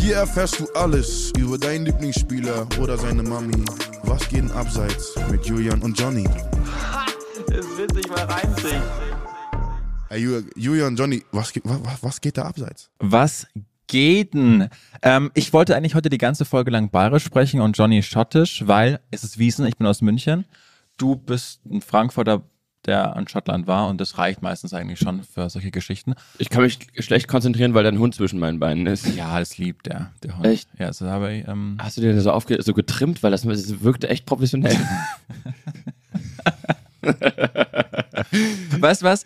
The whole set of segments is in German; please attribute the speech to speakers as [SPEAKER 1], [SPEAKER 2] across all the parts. [SPEAKER 1] Hier erfährst du alles über deinen Lieblingsspieler oder seine Mami. Was geht denn abseits mit Julian und Johnny?
[SPEAKER 2] Das wird sich mal reinziehen.
[SPEAKER 1] Ey, Ju- Julian, Johnny, was, geht- wa- wa- was geht da abseits?
[SPEAKER 3] Was geht denn? Ähm, ich wollte eigentlich heute die ganze Folge lang bayerisch sprechen und Johnny schottisch, weil es ist Wiesen, ich bin aus München. Du bist ein Frankfurter, der in Schottland war und das reicht meistens eigentlich schon für solche Geschichten.
[SPEAKER 4] Ich kann mich schlecht konzentrieren, weil dein Hund zwischen meinen Beinen ist.
[SPEAKER 3] Ja, das liebt der, der Hund.
[SPEAKER 4] Echt?
[SPEAKER 3] Ja, so habe ich, ähm,
[SPEAKER 4] Hast du dir das so, aufge so getrimmt? Weil das, das wirkte echt professionell.
[SPEAKER 3] weißt du was?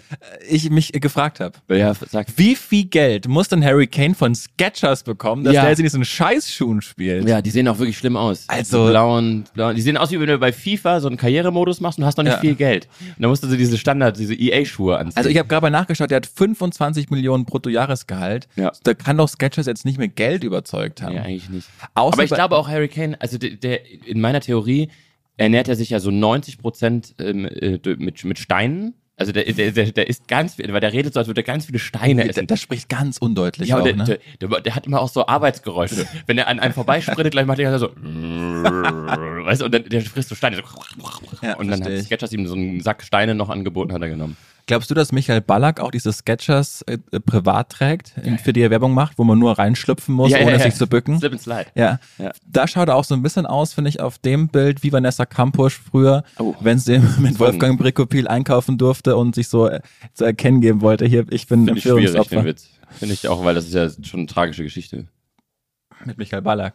[SPEAKER 3] Ich mich äh, gefragt habe.
[SPEAKER 4] ja, sag.
[SPEAKER 3] Wie viel Geld muss denn Harry Kane von Skechers bekommen, dass
[SPEAKER 4] Ja.
[SPEAKER 3] der jetzt in diesen Scheißschuhen spielt?
[SPEAKER 4] Ja, die sehen auch wirklich schlimm aus.
[SPEAKER 3] Also-
[SPEAKER 4] Diese blauen, blauen, die sehen aus, wie wenn du bei FIFA so einen Karrieremodus machst und hast noch nicht
[SPEAKER 3] Ja.
[SPEAKER 4] viel Geld. Und dann musst du so diese Standard, diese EA-Schuhe anziehen.
[SPEAKER 3] Also ich habe gerade mal nachgeschaut, der hat 25 Millionen Bruttojahresgehalt.
[SPEAKER 4] Ja.
[SPEAKER 3] Da kann doch Skechers jetzt nicht mehr Geld überzeugt haben.
[SPEAKER 4] nee, eigentlich nicht.
[SPEAKER 3] Außer
[SPEAKER 4] Aber ich
[SPEAKER 3] bei-
[SPEAKER 4] glaube auch Harry Kane, also der, der in meiner Theorie ernährt er sich ja so 90 Prozent ähm, äh, mit, mit Steinen. Also der, der, der, der isst ganz viel, weil der redet so, als würde er ganz viele Steine
[SPEAKER 3] Der,
[SPEAKER 4] essen.
[SPEAKER 3] der spricht ganz undeutlich
[SPEAKER 4] Ja,
[SPEAKER 3] auch,
[SPEAKER 4] und der,
[SPEAKER 3] ne?
[SPEAKER 4] der, der, der hat immer auch so Arbeitsgeräusche. Wenn er an einem vorbeisprintet, gleich macht er so. weißt du, und dann der frisst so Steine. So,
[SPEAKER 3] Ja,
[SPEAKER 4] und dann hat
[SPEAKER 3] verstehe ich.
[SPEAKER 4] Sketchers ihm so einen Sack Steine noch angeboten, hat er genommen.
[SPEAKER 3] Glaubst du, dass Michael Ballack auch diese Sketchers äh, äh, privat trägt, in- für die er Werbung macht, wo man nur reinschlüpfen muss, ohne sich zu bücken?
[SPEAKER 4] Slip and slide.
[SPEAKER 3] Ja.
[SPEAKER 4] Ja.
[SPEAKER 3] da schaut er auch so ein bisschen aus, finde ich, auf dem Bild wie Vanessa Kampusch früher,
[SPEAKER 4] Oh.
[SPEAKER 3] wenn sie mit Wolfgang Bricopil einkaufen durfte und sich so äh, zu erkennen geben wollte, hier, ich bin
[SPEAKER 4] Finde ich schwierig, den
[SPEAKER 3] Empfehlungsopfer.
[SPEAKER 4] Witz. Finde ich auch, weil das ist ja schon eine tragische Geschichte.
[SPEAKER 3] Mit Michael Ballack.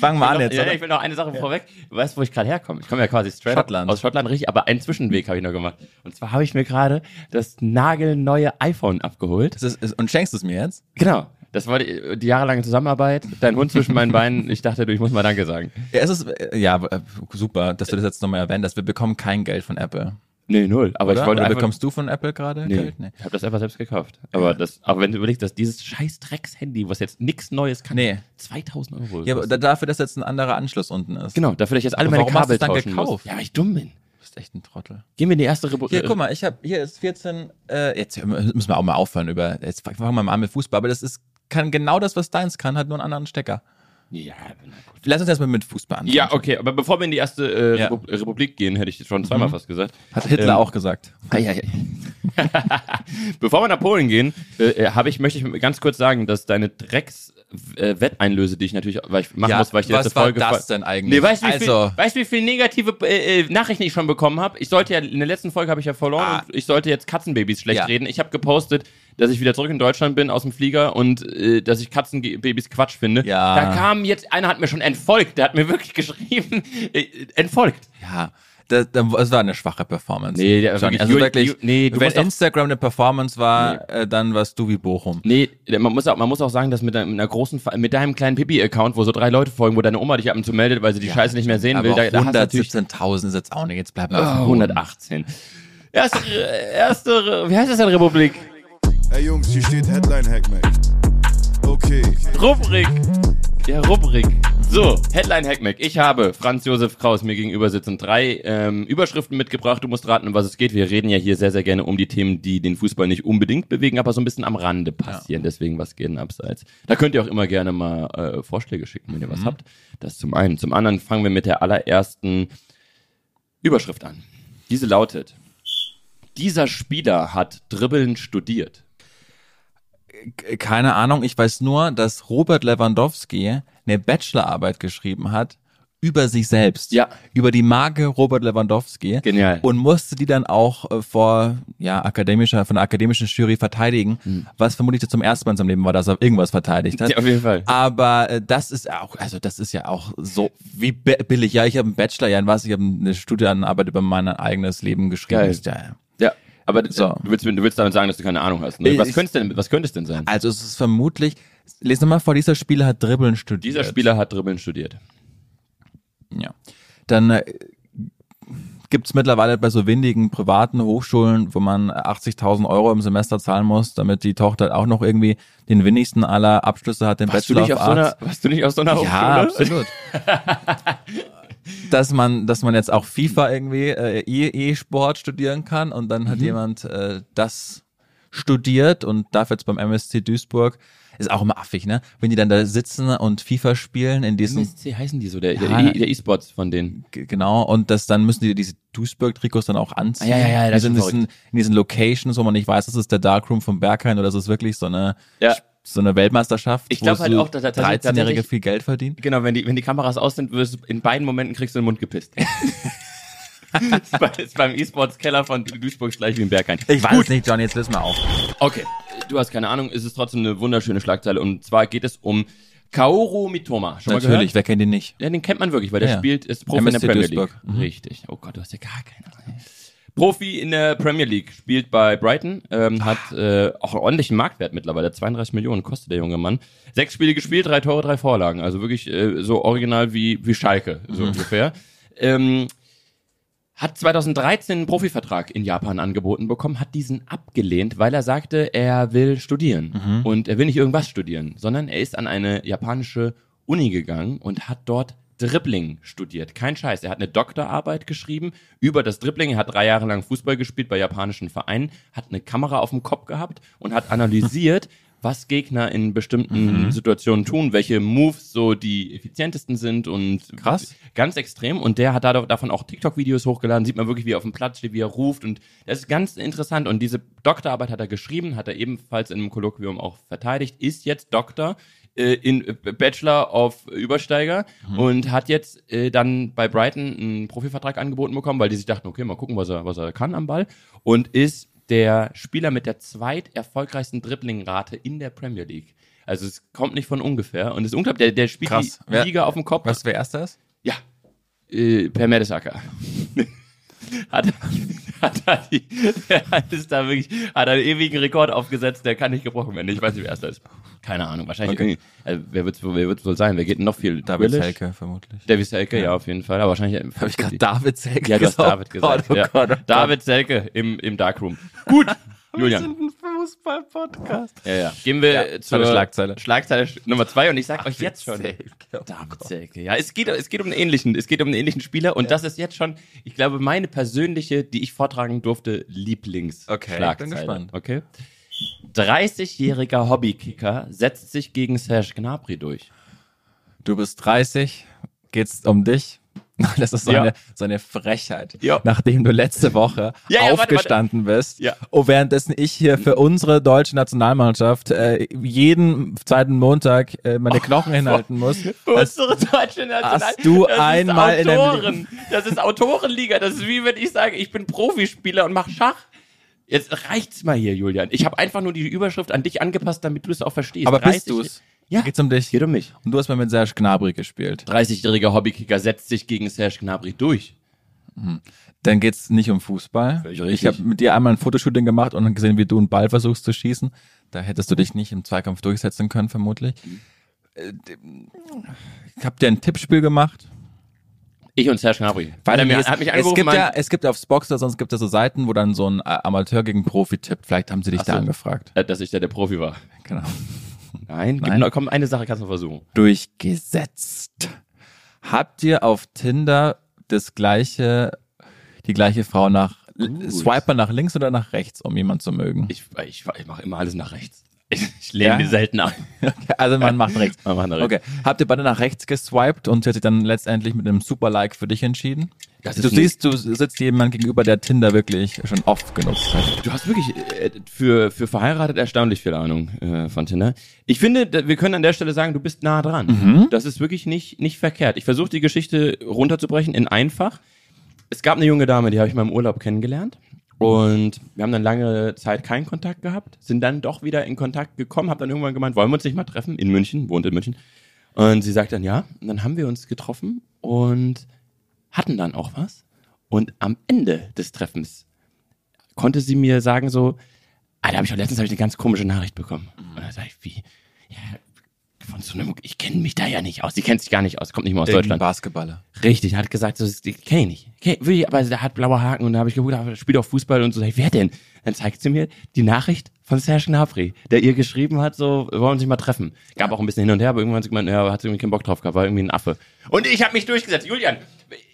[SPEAKER 3] Fangen wir an jetzt,
[SPEAKER 4] ja,
[SPEAKER 3] oder?
[SPEAKER 4] ich will noch eine Sache vorweg. Du weißt, wo ich gerade herkomme. Ich komme ja quasi straight
[SPEAKER 3] Schottland.
[SPEAKER 4] Up aus Schottland, richtig, aber einen Zwischenweg habe ich noch gemacht. Und zwar habe ich mir gerade das nagelneue iPhone abgeholt.
[SPEAKER 3] Das ist, ist, und schenkst du es mir jetzt?
[SPEAKER 4] Genau. Das war die, die jahrelange Zusammenarbeit. Dein Hund zwischen meinen Beinen. Ich dachte, du, ich muss mal Danke sagen.
[SPEAKER 3] Ja, es ist, äh, ja, äh, super, dass du das jetzt nochmal erwähnt hast. Wir bekommen kein Geld von Apple.
[SPEAKER 4] Nee, null. Aber
[SPEAKER 3] Oder?
[SPEAKER 4] ich wollte
[SPEAKER 3] Oder
[SPEAKER 4] einfach,
[SPEAKER 3] bekommst du von Apple gerade
[SPEAKER 4] nee,
[SPEAKER 3] Geld? Nee.
[SPEAKER 4] Ich habe das einfach selbst gekauft. Aber das, auch wenn du überlegst, dass dieses scheiß Drecks-Handy, was jetzt nichts Neues kann,
[SPEAKER 3] Nee.
[SPEAKER 4] 2000 Euro.
[SPEAKER 3] Ja, aber
[SPEAKER 4] kostet.
[SPEAKER 3] da- dafür, dass jetzt ein anderer Anschluss unten ist.
[SPEAKER 4] genau, dafür, dass ich jetzt alle
[SPEAKER 3] Aber
[SPEAKER 4] meine
[SPEAKER 3] warum hast
[SPEAKER 4] Kabel
[SPEAKER 3] du's dann
[SPEAKER 4] tauschen
[SPEAKER 3] gekauft?
[SPEAKER 4] muss. Ja, weil ich dumm bin.
[SPEAKER 3] Du bist echt ein Trottel.
[SPEAKER 4] Gehen wir in die erste Republik.
[SPEAKER 3] Hier, guck mal, ich habe hier ist 14, äh, jetzt müssen wir auch mal aufhören über, jetzt fangen wir mal an mit Fußball, aber das ist, kann genau das, was deins kann, hat nur einen anderen Stecker.
[SPEAKER 4] Ja, na gut.
[SPEAKER 3] Lass uns erstmal mit Fußball anfangen.
[SPEAKER 4] Ja, okay, aber bevor wir in die erste äh,
[SPEAKER 3] Ja. Mhm.
[SPEAKER 4] Repub- Republik gehen, hätte ich schon zweimal fast gesagt.
[SPEAKER 3] Hat Hitler
[SPEAKER 4] Ähm,
[SPEAKER 3] auch gesagt.
[SPEAKER 4] Ah, ja, ja. Bevor wir nach Polen gehen, äh, äh, habe ich, möchte ich ganz kurz sagen, dass deine Drecks-Wetteinlöse, die ich natürlich weil ich machen
[SPEAKER 3] Ja,
[SPEAKER 4] muss, weil ich die
[SPEAKER 3] was
[SPEAKER 4] letzte
[SPEAKER 3] war
[SPEAKER 4] Folge.
[SPEAKER 3] das
[SPEAKER 4] ver-
[SPEAKER 3] denn eigentlich?
[SPEAKER 4] Nee, weißt du, wie,
[SPEAKER 3] Also-
[SPEAKER 4] viel, weißt du, wie viel negative äh, äh, Nachrichten ich schon bekommen habe? Ich sollte ja, in der letzten Folge habe ich ja verloren
[SPEAKER 3] Ah.
[SPEAKER 4] und ich sollte jetzt Katzenbabys schlecht
[SPEAKER 3] Ja.
[SPEAKER 4] reden. Ich habe gepostet, dass ich wieder zurück in Deutschland bin aus dem Flieger und äh, dass ich Katzenbabys Quatsch finde.
[SPEAKER 3] Ja.
[SPEAKER 4] Da kam jetzt, einer hat mir schon entfolgt, der hat mir wirklich geschrieben, äh, entfolgt.
[SPEAKER 3] Ja, das, das war eine schwache Performance.
[SPEAKER 4] Nee, der-
[SPEAKER 3] Johnny,
[SPEAKER 4] wirklich,
[SPEAKER 3] also
[SPEAKER 4] Ju-
[SPEAKER 3] wirklich,
[SPEAKER 4] Ju- nee, du
[SPEAKER 3] wenn
[SPEAKER 4] musst doch-
[SPEAKER 3] Instagram eine Performance war, äh, dann warst du wie Bochum.
[SPEAKER 4] Nee, man muss auch, man muss auch sagen, dass mit deinem- einer großen, Fa- mit deinem kleinen Pipi-Account, wo so drei Leute folgen, wo deine Oma dich ab und zu meldet, weil sie die Scheiße nicht mehr sehen
[SPEAKER 3] Aber
[SPEAKER 4] will, da, da hast du natürlich
[SPEAKER 3] 117.000 ist jetzt auch nicht, jetzt bleiben wir auf dem
[SPEAKER 4] oh,
[SPEAKER 3] Boden.
[SPEAKER 4] 118. Erste, erste, wie heißt das denn, Republik?
[SPEAKER 1] Ey Jungs, hier steht Headline Hackmack. Okay.
[SPEAKER 4] Rubrik. Ja, Rubrik. So, Headline Hackmack. Ich habe Franz Josef Kraus mir gegenüber sitzen drei ähm, Überschriften mitgebracht. Du musst raten, um was es geht. Wir reden ja hier sehr, sehr gerne um die Themen, die den Fußball nicht unbedingt bewegen, aber so ein bisschen am Rande passieren. Deswegen, was geht denn abseits? Da könnt ihr auch immer gerne mal äh, Vorschläge schicken, wenn ihr was habt. Das zum einen. Zum anderen fangen wir mit der allerersten Überschrift an. Diese lautet: Dieser Spieler hat Dribbeln studiert.
[SPEAKER 3] keine Ahnung, ich weiß nur, dass Robert Lewandowski eine Bachelorarbeit geschrieben hat über sich selbst,
[SPEAKER 4] Ja.
[SPEAKER 3] über die Marke Robert Lewandowski
[SPEAKER 4] Genial.
[SPEAKER 3] und musste die dann auch äh, vor ja akademischer von der akademischen Jury verteidigen, was vermutlich zum ersten Mal in seinem Leben war, dass er irgendwas verteidigt hat.
[SPEAKER 4] Hm. Ja, auf jeden Fall.
[SPEAKER 3] Aber äh, das ist auch, also das ist ja auch so wie bi- billig. Ja, ich habe einen Bachelor, ja, in was? Ich habe eine Studienarbeit über mein eigenes Leben geschrieben.
[SPEAKER 4] Geil.
[SPEAKER 3] Ist Ja, ja.
[SPEAKER 4] Ja, aber d-
[SPEAKER 3] So.
[SPEAKER 4] Äh, du, willst, du willst damit sagen, dass du keine Ahnung hast. Ne? Was
[SPEAKER 3] Ich-
[SPEAKER 4] könnte denn, was könnte es denn sein?
[SPEAKER 3] Also es ist vermutlich, lese nochmal vor, dieser Spieler hat Dribbeln studiert.
[SPEAKER 4] Dieser Spieler hat Dribbeln studiert.
[SPEAKER 3] Ja. Dann äh, gibt's mittlerweile bei so windigen privaten Hochschulen, wo man 80.000 Euro im Semester zahlen muss, damit die Tochter auch noch irgendwie den wenigsten aller Abschlüsse hat, den
[SPEAKER 4] Warst du,
[SPEAKER 3] Bachelor
[SPEAKER 4] nicht auf
[SPEAKER 3] of
[SPEAKER 4] so
[SPEAKER 3] Arts.
[SPEAKER 4] einer, warst du nicht auf so einer
[SPEAKER 3] ja,
[SPEAKER 4] Hochschule?
[SPEAKER 3] absolut. dass man, dass man jetzt auch
[SPEAKER 4] Mhm.
[SPEAKER 3] FIFA irgendwie äh, E- E-Sport studieren kann und dann hat jemand äh, das studiert und darf jetzt beim MSC Duisburg. Ist auch immer affig, ne? Wenn die dann da sitzen und FIFA spielen in diesem,
[SPEAKER 4] MSC heißen die so, der E-
[SPEAKER 3] Ja.
[SPEAKER 4] der- der E-Sports von denen.
[SPEAKER 3] g- genau, und das dann müssen die diese Duisburg-Trikots dann auch anziehen.
[SPEAKER 4] Ah, ja, ja, ja, das
[SPEAKER 3] die sind
[SPEAKER 4] ist
[SPEAKER 3] in diesen, in diesen Locations, wo man nicht weiß, das ist der Darkroom vom Berghain oder das ist wirklich so eine,
[SPEAKER 4] Ja.
[SPEAKER 3] so eine Weltmeisterschaft.
[SPEAKER 4] Ich glaub
[SPEAKER 3] wo
[SPEAKER 4] halt
[SPEAKER 3] so
[SPEAKER 4] auch, dass er tatsächlich-
[SPEAKER 3] 13-Jährige
[SPEAKER 4] tatsächlich-
[SPEAKER 3] viel Geld verdienen.
[SPEAKER 4] Genau, wenn die, wenn die Kameras aus sind, wirst du in beiden Momenten kriegst du den Mund gepisst. ist beim E-Sports-Keller von Duisburg gleich wie im Berghain.
[SPEAKER 3] Ich weiß es nicht, Johnny, jetzt lösen wir auf.
[SPEAKER 4] Okay, du hast keine Ahnung, es ist trotzdem eine wunderschöne Schlagzeile. Und zwar geht es um Kaoru Mitoma. Schon mal
[SPEAKER 3] Natürlich,
[SPEAKER 4] gehört?
[SPEAKER 3] wer kennt ihn nicht?
[SPEAKER 4] Ja, den kennt man wirklich, weil der
[SPEAKER 3] Ja, ja.
[SPEAKER 4] spielt, ist Profi in
[SPEAKER 3] MSC
[SPEAKER 4] der Premier
[SPEAKER 3] Duisburg. Mhm.
[SPEAKER 4] League. Richtig. Oh Gott, du hast ja gar keine Ahnung. Profi in der Premier League, spielt bei Brighton, ähm, hat äh, auch einen ordentlichen Marktwert mittlerweile. 32 Millionen kostet der junge Mann. Sechs Spiele gespielt, drei Tore, drei Vorlagen. Also wirklich äh, so original wie, wie Schalke, so
[SPEAKER 3] Mhm.
[SPEAKER 4] ungefähr. Ähm, hat 2013 einen Profivertrag in Japan angeboten bekommen, hat diesen abgelehnt, weil er sagte, er will studieren. Und er will nicht irgendwas studieren, sondern er ist an eine japanische Uni gegangen und hat dort Dribbling studiert. Kein Scheiß. Er hat eine Doktorarbeit geschrieben über das Dribbling. Er hat drei Jahre lang Fußball gespielt bei japanischen Vereinen, hat eine Kamera auf dem Kopf gehabt und hat analysiert, was Gegner in bestimmten Situationen tun, welche Moves so die effizientesten sind und
[SPEAKER 3] Krass.
[SPEAKER 4] ganz extrem und der hat da, davon auch TikTok-Videos hochgeladen, sieht man wirklich, wie er auf dem Platz steht, wie er ruft und das ist ganz interessant und diese Doktorarbeit hat er geschrieben, hat er ebenfalls in einem Kolloquium auch verteidigt, ist jetzt Doktor äh, in äh, Bachelor auf Übersteiger und hat jetzt äh, dann bei Brighton einen Profivertrag angeboten bekommen, weil die sich dachten, okay, mal gucken, was er, was er kann am Ball und ist der Spieler mit der zweit erfolgreichsten Dribblingrate in der Premier League. Also es kommt nicht von ungefähr und es ist unglaublich, der, der spielt
[SPEAKER 3] Krass.
[SPEAKER 4] die
[SPEAKER 3] Wer-
[SPEAKER 4] Liga auf dem Kopf.
[SPEAKER 3] Weißt du, wer erster ist?
[SPEAKER 4] Ja, äh, per Mertesacker. hat, hat, da die, hat, ist da wirklich, hat einen ewigen Rekord aufgesetzt, der kann nicht gebrochen werden. Ich weiß nicht, wer erster ist. Keine Ahnung, wahrscheinlich.
[SPEAKER 3] Okay.
[SPEAKER 4] irgendwie- Äh, wer wird wer wird's wohl sein? Wer geht denn noch viel?
[SPEAKER 3] David
[SPEAKER 4] Grealish?
[SPEAKER 3] Selke, vermutlich.
[SPEAKER 4] Davis Selke, ja. auf jeden Fall. Aber wahrscheinlich. äh,
[SPEAKER 3] Habe ich gerade David Selke
[SPEAKER 4] ja, du hast
[SPEAKER 3] gesagt?
[SPEAKER 4] David gesagt.
[SPEAKER 3] Oh Gott, oh
[SPEAKER 4] ja.
[SPEAKER 3] Gott, oh Gott.
[SPEAKER 4] David Selke im, im Darkroom. Gut, Julian.
[SPEAKER 3] ein Fußball-Podcast.
[SPEAKER 4] Ja, ja. Gehen wir zur
[SPEAKER 3] zweite Schlagzeile. Oh
[SPEAKER 4] Schlagzeile Sch- Nummer zwei und ich sag euch jetzt schon.
[SPEAKER 3] David Selke.
[SPEAKER 4] Selke. Ja, es geht, es geht um einen ähnlichen, es geht um einen ähnlichen Spieler und das ist jetzt schon, ich glaube, meine persönliche, die ich vortragen durfte, Lieblings.
[SPEAKER 3] Okay,
[SPEAKER 4] Schlagzeile.
[SPEAKER 3] bin gespannt.
[SPEAKER 4] Okay. 30-jähriger Hobbykicker setzt sich gegen Serge Gnabry durch.
[SPEAKER 3] Du bist 30, geht's um dich? Das ist so,
[SPEAKER 4] Ja.
[SPEAKER 3] eine, so eine Frechheit.
[SPEAKER 4] Ja.
[SPEAKER 3] Nachdem du letzte Woche
[SPEAKER 4] Ja, ja, warte,
[SPEAKER 3] aufgestanden bist
[SPEAKER 4] Ja.
[SPEAKER 3] und währenddessen ich hier für unsere deutsche Nationalmannschaft äh, jeden zweiten Montag äh,
[SPEAKER 4] Oh,
[SPEAKER 3] meine Knochen hinhalten muss. Also, Das,
[SPEAKER 4] Unsere deutsche National
[SPEAKER 3] hast du
[SPEAKER 4] das
[SPEAKER 3] einmal in
[SPEAKER 4] ist
[SPEAKER 3] deinem
[SPEAKER 4] Autoren. Das ist Autorenliga. Das ist wie wenn ich sage, ich bin Profispieler und mach Schach. Jetzt reicht's mal hier, Julian. Ich habe einfach nur die Überschrift an dich angepasst, damit du es auch verstehst.
[SPEAKER 3] aber bist
[SPEAKER 4] 30
[SPEAKER 3] du's?
[SPEAKER 4] Ja.
[SPEAKER 3] Geht's um dich?
[SPEAKER 4] Geht um mich.
[SPEAKER 3] Und du hast mal mit Serge Gnabry gespielt.
[SPEAKER 4] 30-jähriger Hobbykicker setzt sich gegen Serge Gnabry durch.
[SPEAKER 3] Dann geht's nicht um Fußball.
[SPEAKER 4] Völlig richtig.
[SPEAKER 3] Ich habe mit dir einmal ein Fotoshooting gemacht und gesehen, wie du einen Ball versuchst zu schießen. Da hättest du dich nicht im Zweikampf durchsetzen können, vermutlich.
[SPEAKER 4] Mhm.
[SPEAKER 3] Äh, Ich habe dir ein Tippspiel gemacht.
[SPEAKER 4] Ich und Serge Gnabry. Weil er mir, hat mich
[SPEAKER 3] es
[SPEAKER 4] angerufen,
[SPEAKER 3] gibt
[SPEAKER 4] meint,
[SPEAKER 3] ja, es gibt aufs Boxer, sonst gibt es so Seiten, wo dann so ein äh, Amateur gegen Profi tippt. Vielleicht haben sie dich
[SPEAKER 4] Ach
[SPEAKER 3] da
[SPEAKER 4] so.
[SPEAKER 3] angefragt.
[SPEAKER 4] äh, dass ich da der Profi war.
[SPEAKER 3] Genau.
[SPEAKER 4] Nein,
[SPEAKER 3] Nein.
[SPEAKER 4] Nein. Gib, komm, eine Sache kannst du noch versuchen.
[SPEAKER 3] Durchgesetzt. Habt ihr auf Tinder das gleiche, die gleiche Frau nach,
[SPEAKER 4] Gut.
[SPEAKER 3] swiper nach links oder nach rechts, um jemanden zu mögen?
[SPEAKER 4] Ich, ich, ich mache immer alles nach rechts. Ich, ich lehne
[SPEAKER 3] Ja?
[SPEAKER 4] die selten an.
[SPEAKER 3] Also man macht rechts.
[SPEAKER 4] Man macht nach rechts.
[SPEAKER 3] Okay. Habt ihr beide nach rechts geswiped und sie hat sich dann letztendlich mit einem super Like für dich entschieden?
[SPEAKER 4] Das
[SPEAKER 3] du
[SPEAKER 4] ist
[SPEAKER 3] siehst, du sitzt jemand gegenüber, der Tinder wirklich schon oft genutzt hat.
[SPEAKER 4] Du hast wirklich äh, für, für verheiratet erstaunlich viel Ahnung äh, von Tinder. Ich finde, da- wir können an der Stelle sagen, du bist nah dran. Das ist wirklich nicht, nicht verkehrt. Ich versuche die Geschichte runterzubrechen in einfach. Es gab eine junge Dame, die habe ich mal im Urlaub kennengelernt. Und wir haben dann lange Zeit keinen Kontakt gehabt, sind dann doch wieder in Kontakt gekommen, habe dann irgendwann gemeint, wollen wir uns nicht mal treffen? In München, wohnt in München. Und sie sagt dann ja. Und dann haben wir uns getroffen und hatten dann auch was. Und am Ende des Treffens konnte sie mir sagen so, ah, da habe ich auch letztens hab ich eine ganz komische Nachricht bekommen. Und dann sag ich, wie? Ja, von so einem, ich kenne mich da ja nicht aus. Sie kennt sich gar nicht aus, kommt nicht mal aus Deutschland.
[SPEAKER 3] Basketballer.
[SPEAKER 4] Richtig, hat gesagt, so, das kenne ich nicht. Kenn, will ich, aber der hat blaue Haken und da habe ich geguckt, aber der spielt auch Fußball und so. Sag ich, wer denn? Dann zeigt sie mir die Nachricht von Serge Gnabry, der ihr geschrieben hat, so, wir wollen uns nicht mal treffen. Gab auch ein bisschen hin und her, aber irgendwann hat sie gemeint, ja, hat sie irgendwie keinen Bock drauf gehabt, war irgendwie ein Affe. Und ich habe mich durchgesetzt. Julian,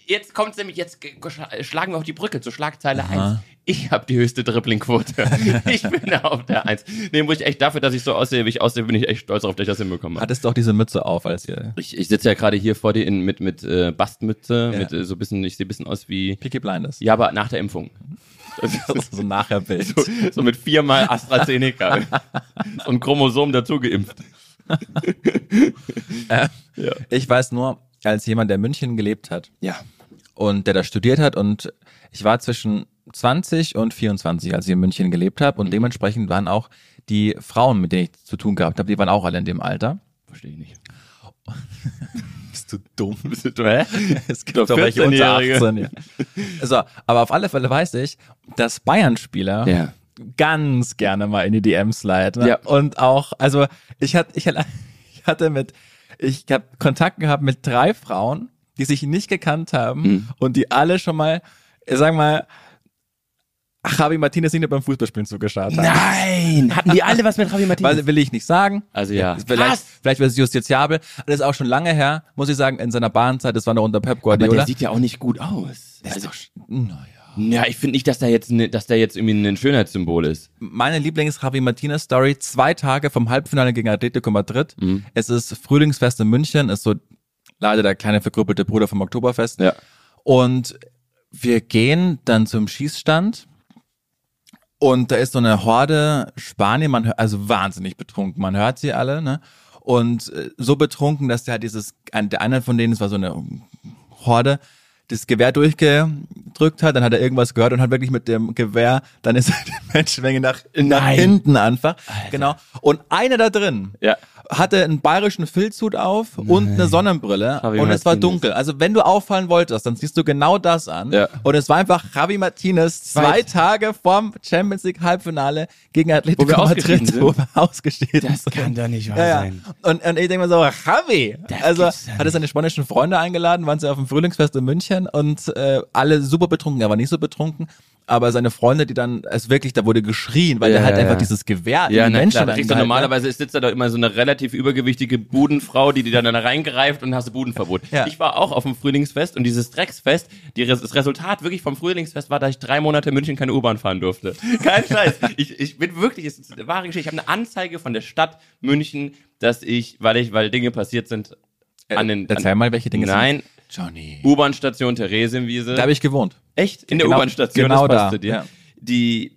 [SPEAKER 4] jetzt kommt's nämlich, jetzt ge- schla- schlagen wir auf die Brücke zur Schlagzeile
[SPEAKER 3] Aha.
[SPEAKER 4] 1. Ich habe die höchste Dribbling-Quote. ich bin auf der 1. Nee, muss ich echt dafür, dass ich so aussehe, wie ich aussehe, bin ich echt stolz darauf, dass ich das hinbekommen habe.
[SPEAKER 3] Hattest du auch diese Mütze auf, als ihr
[SPEAKER 4] Ich, ich sitze ja gerade hier vor dir in, mit, mit äh, Bastmütze,
[SPEAKER 3] Ja.
[SPEAKER 4] mit äh, so bisschen, ich sehe bisschen aus wie,
[SPEAKER 3] Peaky Blinders?
[SPEAKER 4] ja, aber nach der Impfung.
[SPEAKER 3] Das ist so ein Nachherbild.
[SPEAKER 4] So mit viermal AstraZeneca und Chromosom dazu geimpft.
[SPEAKER 3] Ich weiß nur, als jemand, der in München gelebt hat
[SPEAKER 4] Ja.
[SPEAKER 3] und der da studiert hat und ich war zwischen 20 und 24, als ich in München gelebt habe
[SPEAKER 4] Mhm.
[SPEAKER 3] und dementsprechend waren auch die Frauen, mit denen ich zu tun gehabt habe, die waren auch alle in dem Alter.
[SPEAKER 4] Verstehe ich nicht.
[SPEAKER 3] Bist du dumm?
[SPEAKER 4] Bist du, hä?
[SPEAKER 3] Es gibt
[SPEAKER 4] Doch
[SPEAKER 3] doch welche unter
[SPEAKER 4] 14-Jährige.
[SPEAKER 3] 18. Ja. So, aber auf alle Fälle weiß ich, dass Bayern-Spieler
[SPEAKER 4] Ja.
[SPEAKER 3] ganz gerne mal in die DMs leiten. Ne?
[SPEAKER 4] Ja.
[SPEAKER 3] Und auch, also ich hatte, ich hatte- ich hatte mit, ich habe Kontakt gehabt mit drei Frauen, die sich nicht gekannt haben
[SPEAKER 4] Hm.
[SPEAKER 3] und die alle schon mal, äh, sagen wir mal, Javi Martinez nicht nur beim Fußballspielen zugeschaut haben.
[SPEAKER 4] Nein! Hatten die alle was mit Ravi Martinez?
[SPEAKER 3] Weil, will ich nicht sagen.
[SPEAKER 4] Also ja.
[SPEAKER 3] Vielleicht,
[SPEAKER 4] Was?
[SPEAKER 3] vielleicht wäre es justiziabel. Das ist auch schon lange her, muss ich sagen, in seiner Bahnzeit, das war noch unter Pep
[SPEAKER 4] Aber
[SPEAKER 3] Guardiola.
[SPEAKER 4] der sieht ja auch nicht gut aus.
[SPEAKER 3] Also,
[SPEAKER 4] Also,
[SPEAKER 3] naja.
[SPEAKER 4] ja, ich finde nicht, dass da jetzt, ne, dass da jetzt irgendwie ein Schönheitssymbol ist.
[SPEAKER 3] Meine Lieblings-Javi Martinez-Story, zwei Tage vom Halbfinale gegen Atletico Madrid. Es ist Frühlingsfest in München, ist so leider der kleine verkrüppelte Bruder vom Oktoberfest.
[SPEAKER 4] Ja.
[SPEAKER 3] Und wir gehen dann zum Schießstand und da ist so eine Horde Spanier, man hört, also wahnsinnig betrunken, man hört sie alle, ne? Und äh, so betrunken, dass der halt dieses, ein- der eine von denen, das war so eine Horde, das Gewehr durchgedrückt hat, dann hat er irgendwas gehört und hat wirklich mit dem Gewehr, dann ist halt die Menschenmenge nach, nach
[SPEAKER 4] Nein.
[SPEAKER 3] hinten einfach. Genau. Und einer da drin
[SPEAKER 4] Ja.
[SPEAKER 3] hatte einen bayerischen Filzhut auf und eine Sonnenbrille
[SPEAKER 4] Javi
[SPEAKER 3] und es war
[SPEAKER 4] Martinez.
[SPEAKER 3] dunkel. Also wenn du auffallen wolltest, dann siehst du genau das an.
[SPEAKER 4] Ja.
[SPEAKER 3] Und es war einfach Javi Martinez zwei
[SPEAKER 4] Weit.
[SPEAKER 3] Tage vorm Champions League Halbfinale gegen Atletico
[SPEAKER 4] Wo wir ausgeschieden
[SPEAKER 3] Madrid,
[SPEAKER 4] sind.
[SPEAKER 3] wo wir ausgeschieden
[SPEAKER 4] Das
[SPEAKER 3] sind.
[SPEAKER 4] kann doch nicht wahr
[SPEAKER 3] ja, ja.
[SPEAKER 4] sein.
[SPEAKER 3] Und, und ich denke mir so, Javi! Also
[SPEAKER 4] gibt's ja
[SPEAKER 3] hat er seine spanischen Freunde eingeladen, waren sie auf dem Frühlingsfest in München und äh, alle super betrunken, er war nicht so betrunken. Aber seine Freunde, die dann, es wirklich, da wurde geschrien, weil
[SPEAKER 4] Ja,
[SPEAKER 3] der halt
[SPEAKER 4] ja,
[SPEAKER 3] einfach
[SPEAKER 4] ja.
[SPEAKER 3] dieses Gewehr in
[SPEAKER 4] Ja,
[SPEAKER 3] die
[SPEAKER 4] na
[SPEAKER 3] Menschen ne?
[SPEAKER 4] klar. Da kriegst du
[SPEAKER 3] reingehalten hat.
[SPEAKER 4] normalerweise sitzt da doch immer so eine relativ übergewichtige Budenfrau, die dir dann da reingreift und hast du Budenverbot.
[SPEAKER 3] Ja.
[SPEAKER 4] Ich war auch auf dem Frühlingsfest und dieses Drecksfest, die, Res- das Resultat wirklich vom Frühlingsfest war, dass ich drei Monate in München keine U-Bahn fahren durfte. Kein Scheiß. Ich, ich bin wirklich, es ist eine wahre Geschichte. Ich habe eine Anzeige von der Stadt München, dass ich, weil ich, weil Dinge passiert sind, an den.
[SPEAKER 3] Äh, Erzähl
[SPEAKER 4] an,
[SPEAKER 3] mal, welche Dinge
[SPEAKER 4] Nein,
[SPEAKER 3] sind. Johnny.
[SPEAKER 4] U-Bahn-Station Theresienwiese.
[SPEAKER 3] Da habe ich gewohnt.
[SPEAKER 4] Echt? In der
[SPEAKER 3] Genau-
[SPEAKER 4] U-Bahn-Station,
[SPEAKER 3] genau
[SPEAKER 4] das
[SPEAKER 3] da,
[SPEAKER 4] passt zu dir.
[SPEAKER 3] ja.
[SPEAKER 4] Die,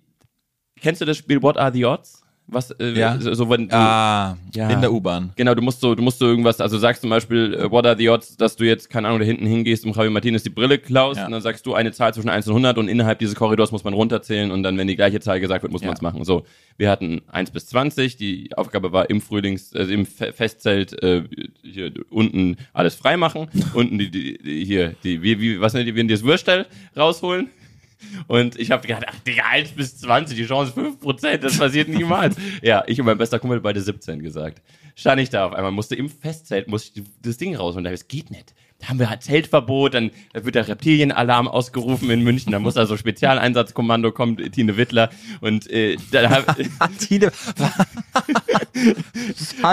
[SPEAKER 4] kennst du das Spiel What Are the Odds? Was, äh,
[SPEAKER 3] Ja.
[SPEAKER 4] so, so wenn,
[SPEAKER 3] Ah,
[SPEAKER 4] Ja.
[SPEAKER 3] in der U-Bahn.
[SPEAKER 4] Genau, du musst so, du musst so irgendwas, also sagst zum Beispiel, äh, what are the odds, dass du jetzt, keine Ahnung, da hinten hingehst und Javi Martinez die Brille klaust
[SPEAKER 3] Ja.
[SPEAKER 4] und dann sagst du eine Zahl zwischen 1 und 100 und innerhalb dieses Korridors muss man runterzählen und dann, wenn die gleiche Zahl gesagt wird, muss
[SPEAKER 3] Ja.
[SPEAKER 4] man es machen. So, wir hatten 1 bis 20, die Aufgabe war im Frühlings, also im Fe Festzelt äh, hier unten alles freimachen, unten die, die, die hier, die, wie, wie, was nennt ihr, wenn die das Würstel rausholen? Und ich habe gedacht, ach Digga, 1 bis 20, die Chance 5%, das passiert niemals. ja, ich und mein bester Kumpel beide 17 gesagt. Stand ich da auf einmal, musste im Festzelt, musste ich das Ding rausholen. Da hab ich, es geht nicht. Da haben wir halt Zeltverbot, dann wird der Reptilienalarm ausgerufen in München, dann muss da so Spezialeinsatzkommando kommen, Tine Wittler. Und äh, dann hab,
[SPEAKER 3] Tine,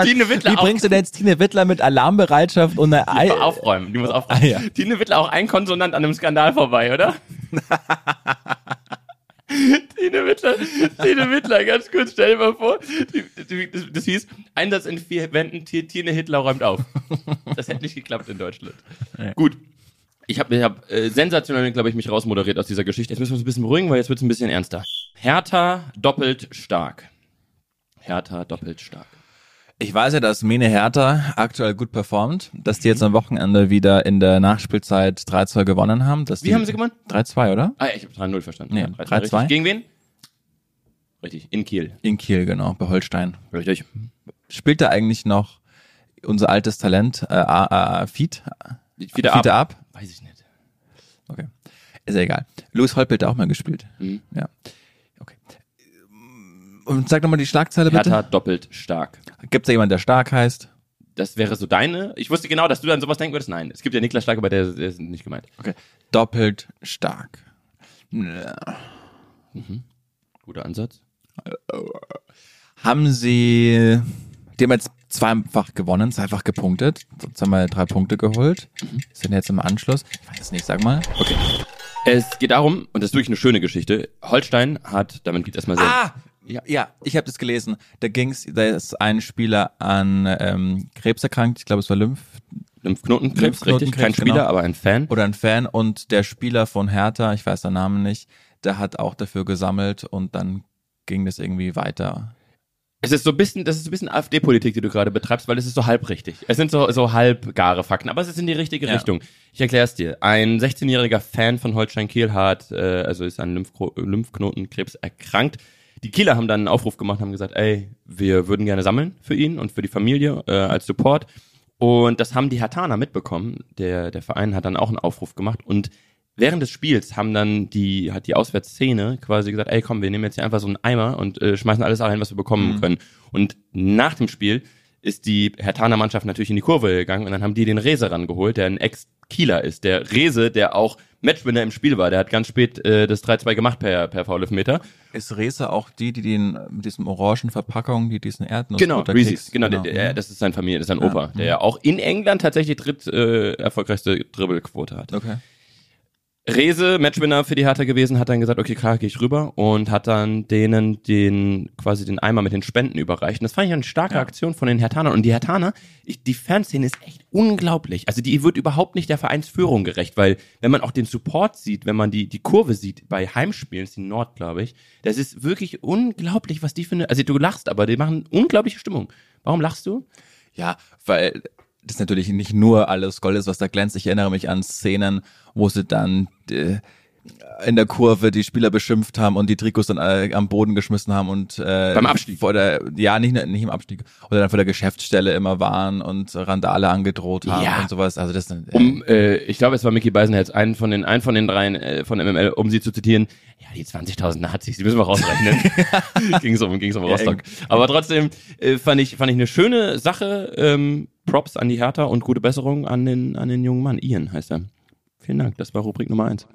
[SPEAKER 4] Tine Wittler
[SPEAKER 3] Wie
[SPEAKER 4] auch-
[SPEAKER 3] bringst du denn jetzt Tine Wittler mit Alarmbereitschaft und einer
[SPEAKER 4] Die
[SPEAKER 3] Ei?
[SPEAKER 4] muss aufräumen, die muss aufräumen.
[SPEAKER 3] Ah, ja.
[SPEAKER 4] Tine Wittler auch ein Konsonant an einem Skandal vorbei, oder? Tine Wittler, Tine Wittler, ganz kurz, stell dir mal vor, die, die, das, das hieß Einsatz in vier Wänden, Ti- Tine Hitler räumt auf. Das hätte nicht geklappt in Deutschland. Gut. Ich habe ich hab, äh, sensationell, glaube ich, mich rausmoderiert aus dieser Geschichte. Jetzt müssen wir uns ein bisschen beruhigen, weil jetzt wird es ein bisschen ernster. Hertha doppelt stark. Hertha doppelt stark.
[SPEAKER 3] Ich weiß ja, dass Mene Hertha aktuell gut performt, dass die jetzt am Wochenende wieder in der Nachspielzeit 3-2 gewonnen haben. Dass
[SPEAKER 4] Wie
[SPEAKER 3] die
[SPEAKER 4] haben sie gewonnen?
[SPEAKER 3] 3-2, oder?
[SPEAKER 4] Ah, ich habe 3-0 verstanden.
[SPEAKER 3] Nee,
[SPEAKER 4] Ja,
[SPEAKER 3] 3-2.
[SPEAKER 4] richtig. Gegen wen? Richtig, in Kiel.
[SPEAKER 3] In Kiel, genau, bei Holstein.
[SPEAKER 4] Richtig.
[SPEAKER 3] Spielt da eigentlich noch unser altes Talent, äh, äh, äh, Feed?
[SPEAKER 4] Wieder ab.
[SPEAKER 3] Fiete ab?
[SPEAKER 4] Weiß ich nicht.
[SPEAKER 3] Okay. Ist ja egal. Louis Holpelt hat auch mal gespielt.
[SPEAKER 4] Mhm.
[SPEAKER 3] Ja. Okay. Und sag nochmal die Schlagzeile bitte.
[SPEAKER 4] Hertha doppelt stark.
[SPEAKER 3] Gibt es da jemanden, der stark heißt?
[SPEAKER 4] Das wäre so deine. Ich wusste genau, dass du an sowas denken würdest. Nein, es gibt ja Niklas Stark, aber der, der ist nicht gemeint.
[SPEAKER 3] Okay. Doppelt stark. Ja.
[SPEAKER 4] Guter Ansatz.
[SPEAKER 3] Haben sie. Die haben jetzt zweifach gewonnen, zweifach gepunktet. Jetzt haben wir drei Punkte geholt. Sind jetzt im Anschluss. Ich weiß es nicht, sag mal.
[SPEAKER 4] Okay. Es geht darum, und das ist wirklich eine schöne Geschichte, Holstein hat, damit geht erstmal sehr...
[SPEAKER 3] Ah! Ja, ja ich habe das gelesen. Da ging's, da ist ein Spieler an ähm, Krebs erkrankt. Ich glaube, es war Lymph
[SPEAKER 4] Lymphknotenkrebs, richtig.
[SPEAKER 3] Lymphknotenkrebs,
[SPEAKER 4] Kein Spieler,
[SPEAKER 3] genau.
[SPEAKER 4] aber ein Fan.
[SPEAKER 3] oder ein Fan und der Spieler von Hertha, ich weiß den Namen nicht, der hat auch dafür gesammelt und dann ging das irgendwie weiter.
[SPEAKER 4] Es ist so ein bisschen, das ist so ein bisschen AfD-Politik, die du gerade betreibst, weil es ist so halbrichtig. Es sind so, so halbgare Fakten, aber es ist in die richtige
[SPEAKER 3] Ja.
[SPEAKER 4] Richtung. Ich erkläre es dir. Ein 16-jähriger Fan von Holstein Kiel hat, äh, also ist an Lymphkro Lymphknotenkrebs erkrankt. Die Kieler haben dann einen Aufruf gemacht, haben gesagt, ey, wir würden gerne sammeln für ihn und für die Familie äh, als Support. Und das haben die Hertaner mitbekommen. Der, der Verein hat dann auch einen Aufruf gemacht und während des Spiels haben dann die, hat die Auswärtsszene quasi gesagt, ey komm, wir nehmen jetzt hier einfach so einen Eimer und äh, schmeißen alles rein, was wir bekommen können. Und nach dem Spiel ist die Hertaner Mannschaft natürlich in die Kurve gegangen und dann haben die den Rese rangeholt, der ein Ex-Kieler ist. Der Rese, der auch Matchwinner im Spiel war, der hat ganz spät äh, das 3-2 gemacht per, per Foul-Elfmeter.
[SPEAKER 3] Ist Rese auch die, die den mit diesem orangen Verpackung, die diesen Erdnuss
[SPEAKER 4] Genau,
[SPEAKER 3] runterkriegst?
[SPEAKER 4] Reese's, genau, Der, der,
[SPEAKER 3] Mhm.
[SPEAKER 4] das ist sein Familie, das ist sein Opa, der ja Mhm. auch in England tatsächlich dritt äh, erfolgreichste Dribbelquote hat.
[SPEAKER 3] Okay.
[SPEAKER 4] Rese, Matchwinner für die Hertha gewesen, hat dann gesagt, okay, klar, gehe ich rüber und hat dann denen den quasi den Eimer mit den Spenden überreicht. Und das fand ich eine starke Aktion von den Herthanern. Und die Herthaner, ich, die Fanszene ist echt unglaublich. Also die wird überhaupt nicht der Vereinsführung gerecht, weil wenn man auch den Support sieht, wenn man die, die Kurve sieht bei Heimspielen, ist die Nord, glaube ich, das ist wirklich unglaublich, was die für eine, also du lachst, aber die machen unglaubliche Stimmung. Warum lachst du?
[SPEAKER 3] Ja, weil das natürlich nicht nur alles Gold ist, was da glänzt. Ich erinnere mich an Szenen, wo sie dann äh, in der Kurve die Spieler beschimpft haben und die Trikots dann äh, am Boden geschmissen haben und äh,
[SPEAKER 4] Beim Abstieg.
[SPEAKER 3] vor der ja nicht nicht im Abstieg oder dann vor der Geschäftsstelle immer waren und Randale angedroht haben
[SPEAKER 4] Ja.
[SPEAKER 3] und sowas. Also das sind, äh,
[SPEAKER 4] um, äh, ich glaube, es war Mickey Beisenherz, einen von den, einen von den dreien äh, von MML, um sie zu zitieren. Ja, die 20.000 Nazis, die müssen wir rausrechnen. ging's um, ging's um Rostock. Aber trotzdem äh, fand ich, fand ich eine schöne Sache. Ähm, Props an die Hertha und gute Besserung an den, an den jungen Mann. Ian heißt er. Vielen Dank. Das war Rubrik Nummer eins.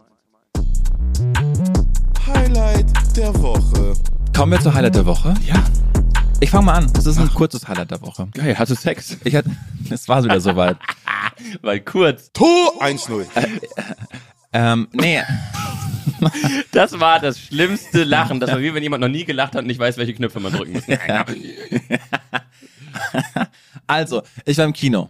[SPEAKER 1] Highlight der Woche.
[SPEAKER 3] kommen wir zur Highlight der Woche.
[SPEAKER 4] Ja,
[SPEAKER 3] Ich fange mal an. Das ist ein kurzes Highlight der Woche.
[SPEAKER 4] geil. Hast du Sex?
[SPEAKER 3] Ich hatte, es war wieder soweit.
[SPEAKER 4] Weil kurz.
[SPEAKER 1] Tor 1-0.
[SPEAKER 3] ähm, nee.
[SPEAKER 4] Das war das schlimmste Lachen. Das war wie wenn jemand noch nie gelacht hat und nicht weiß, welche Knöpfe man drücken muss. genau.
[SPEAKER 3] Also, ich war im Kino.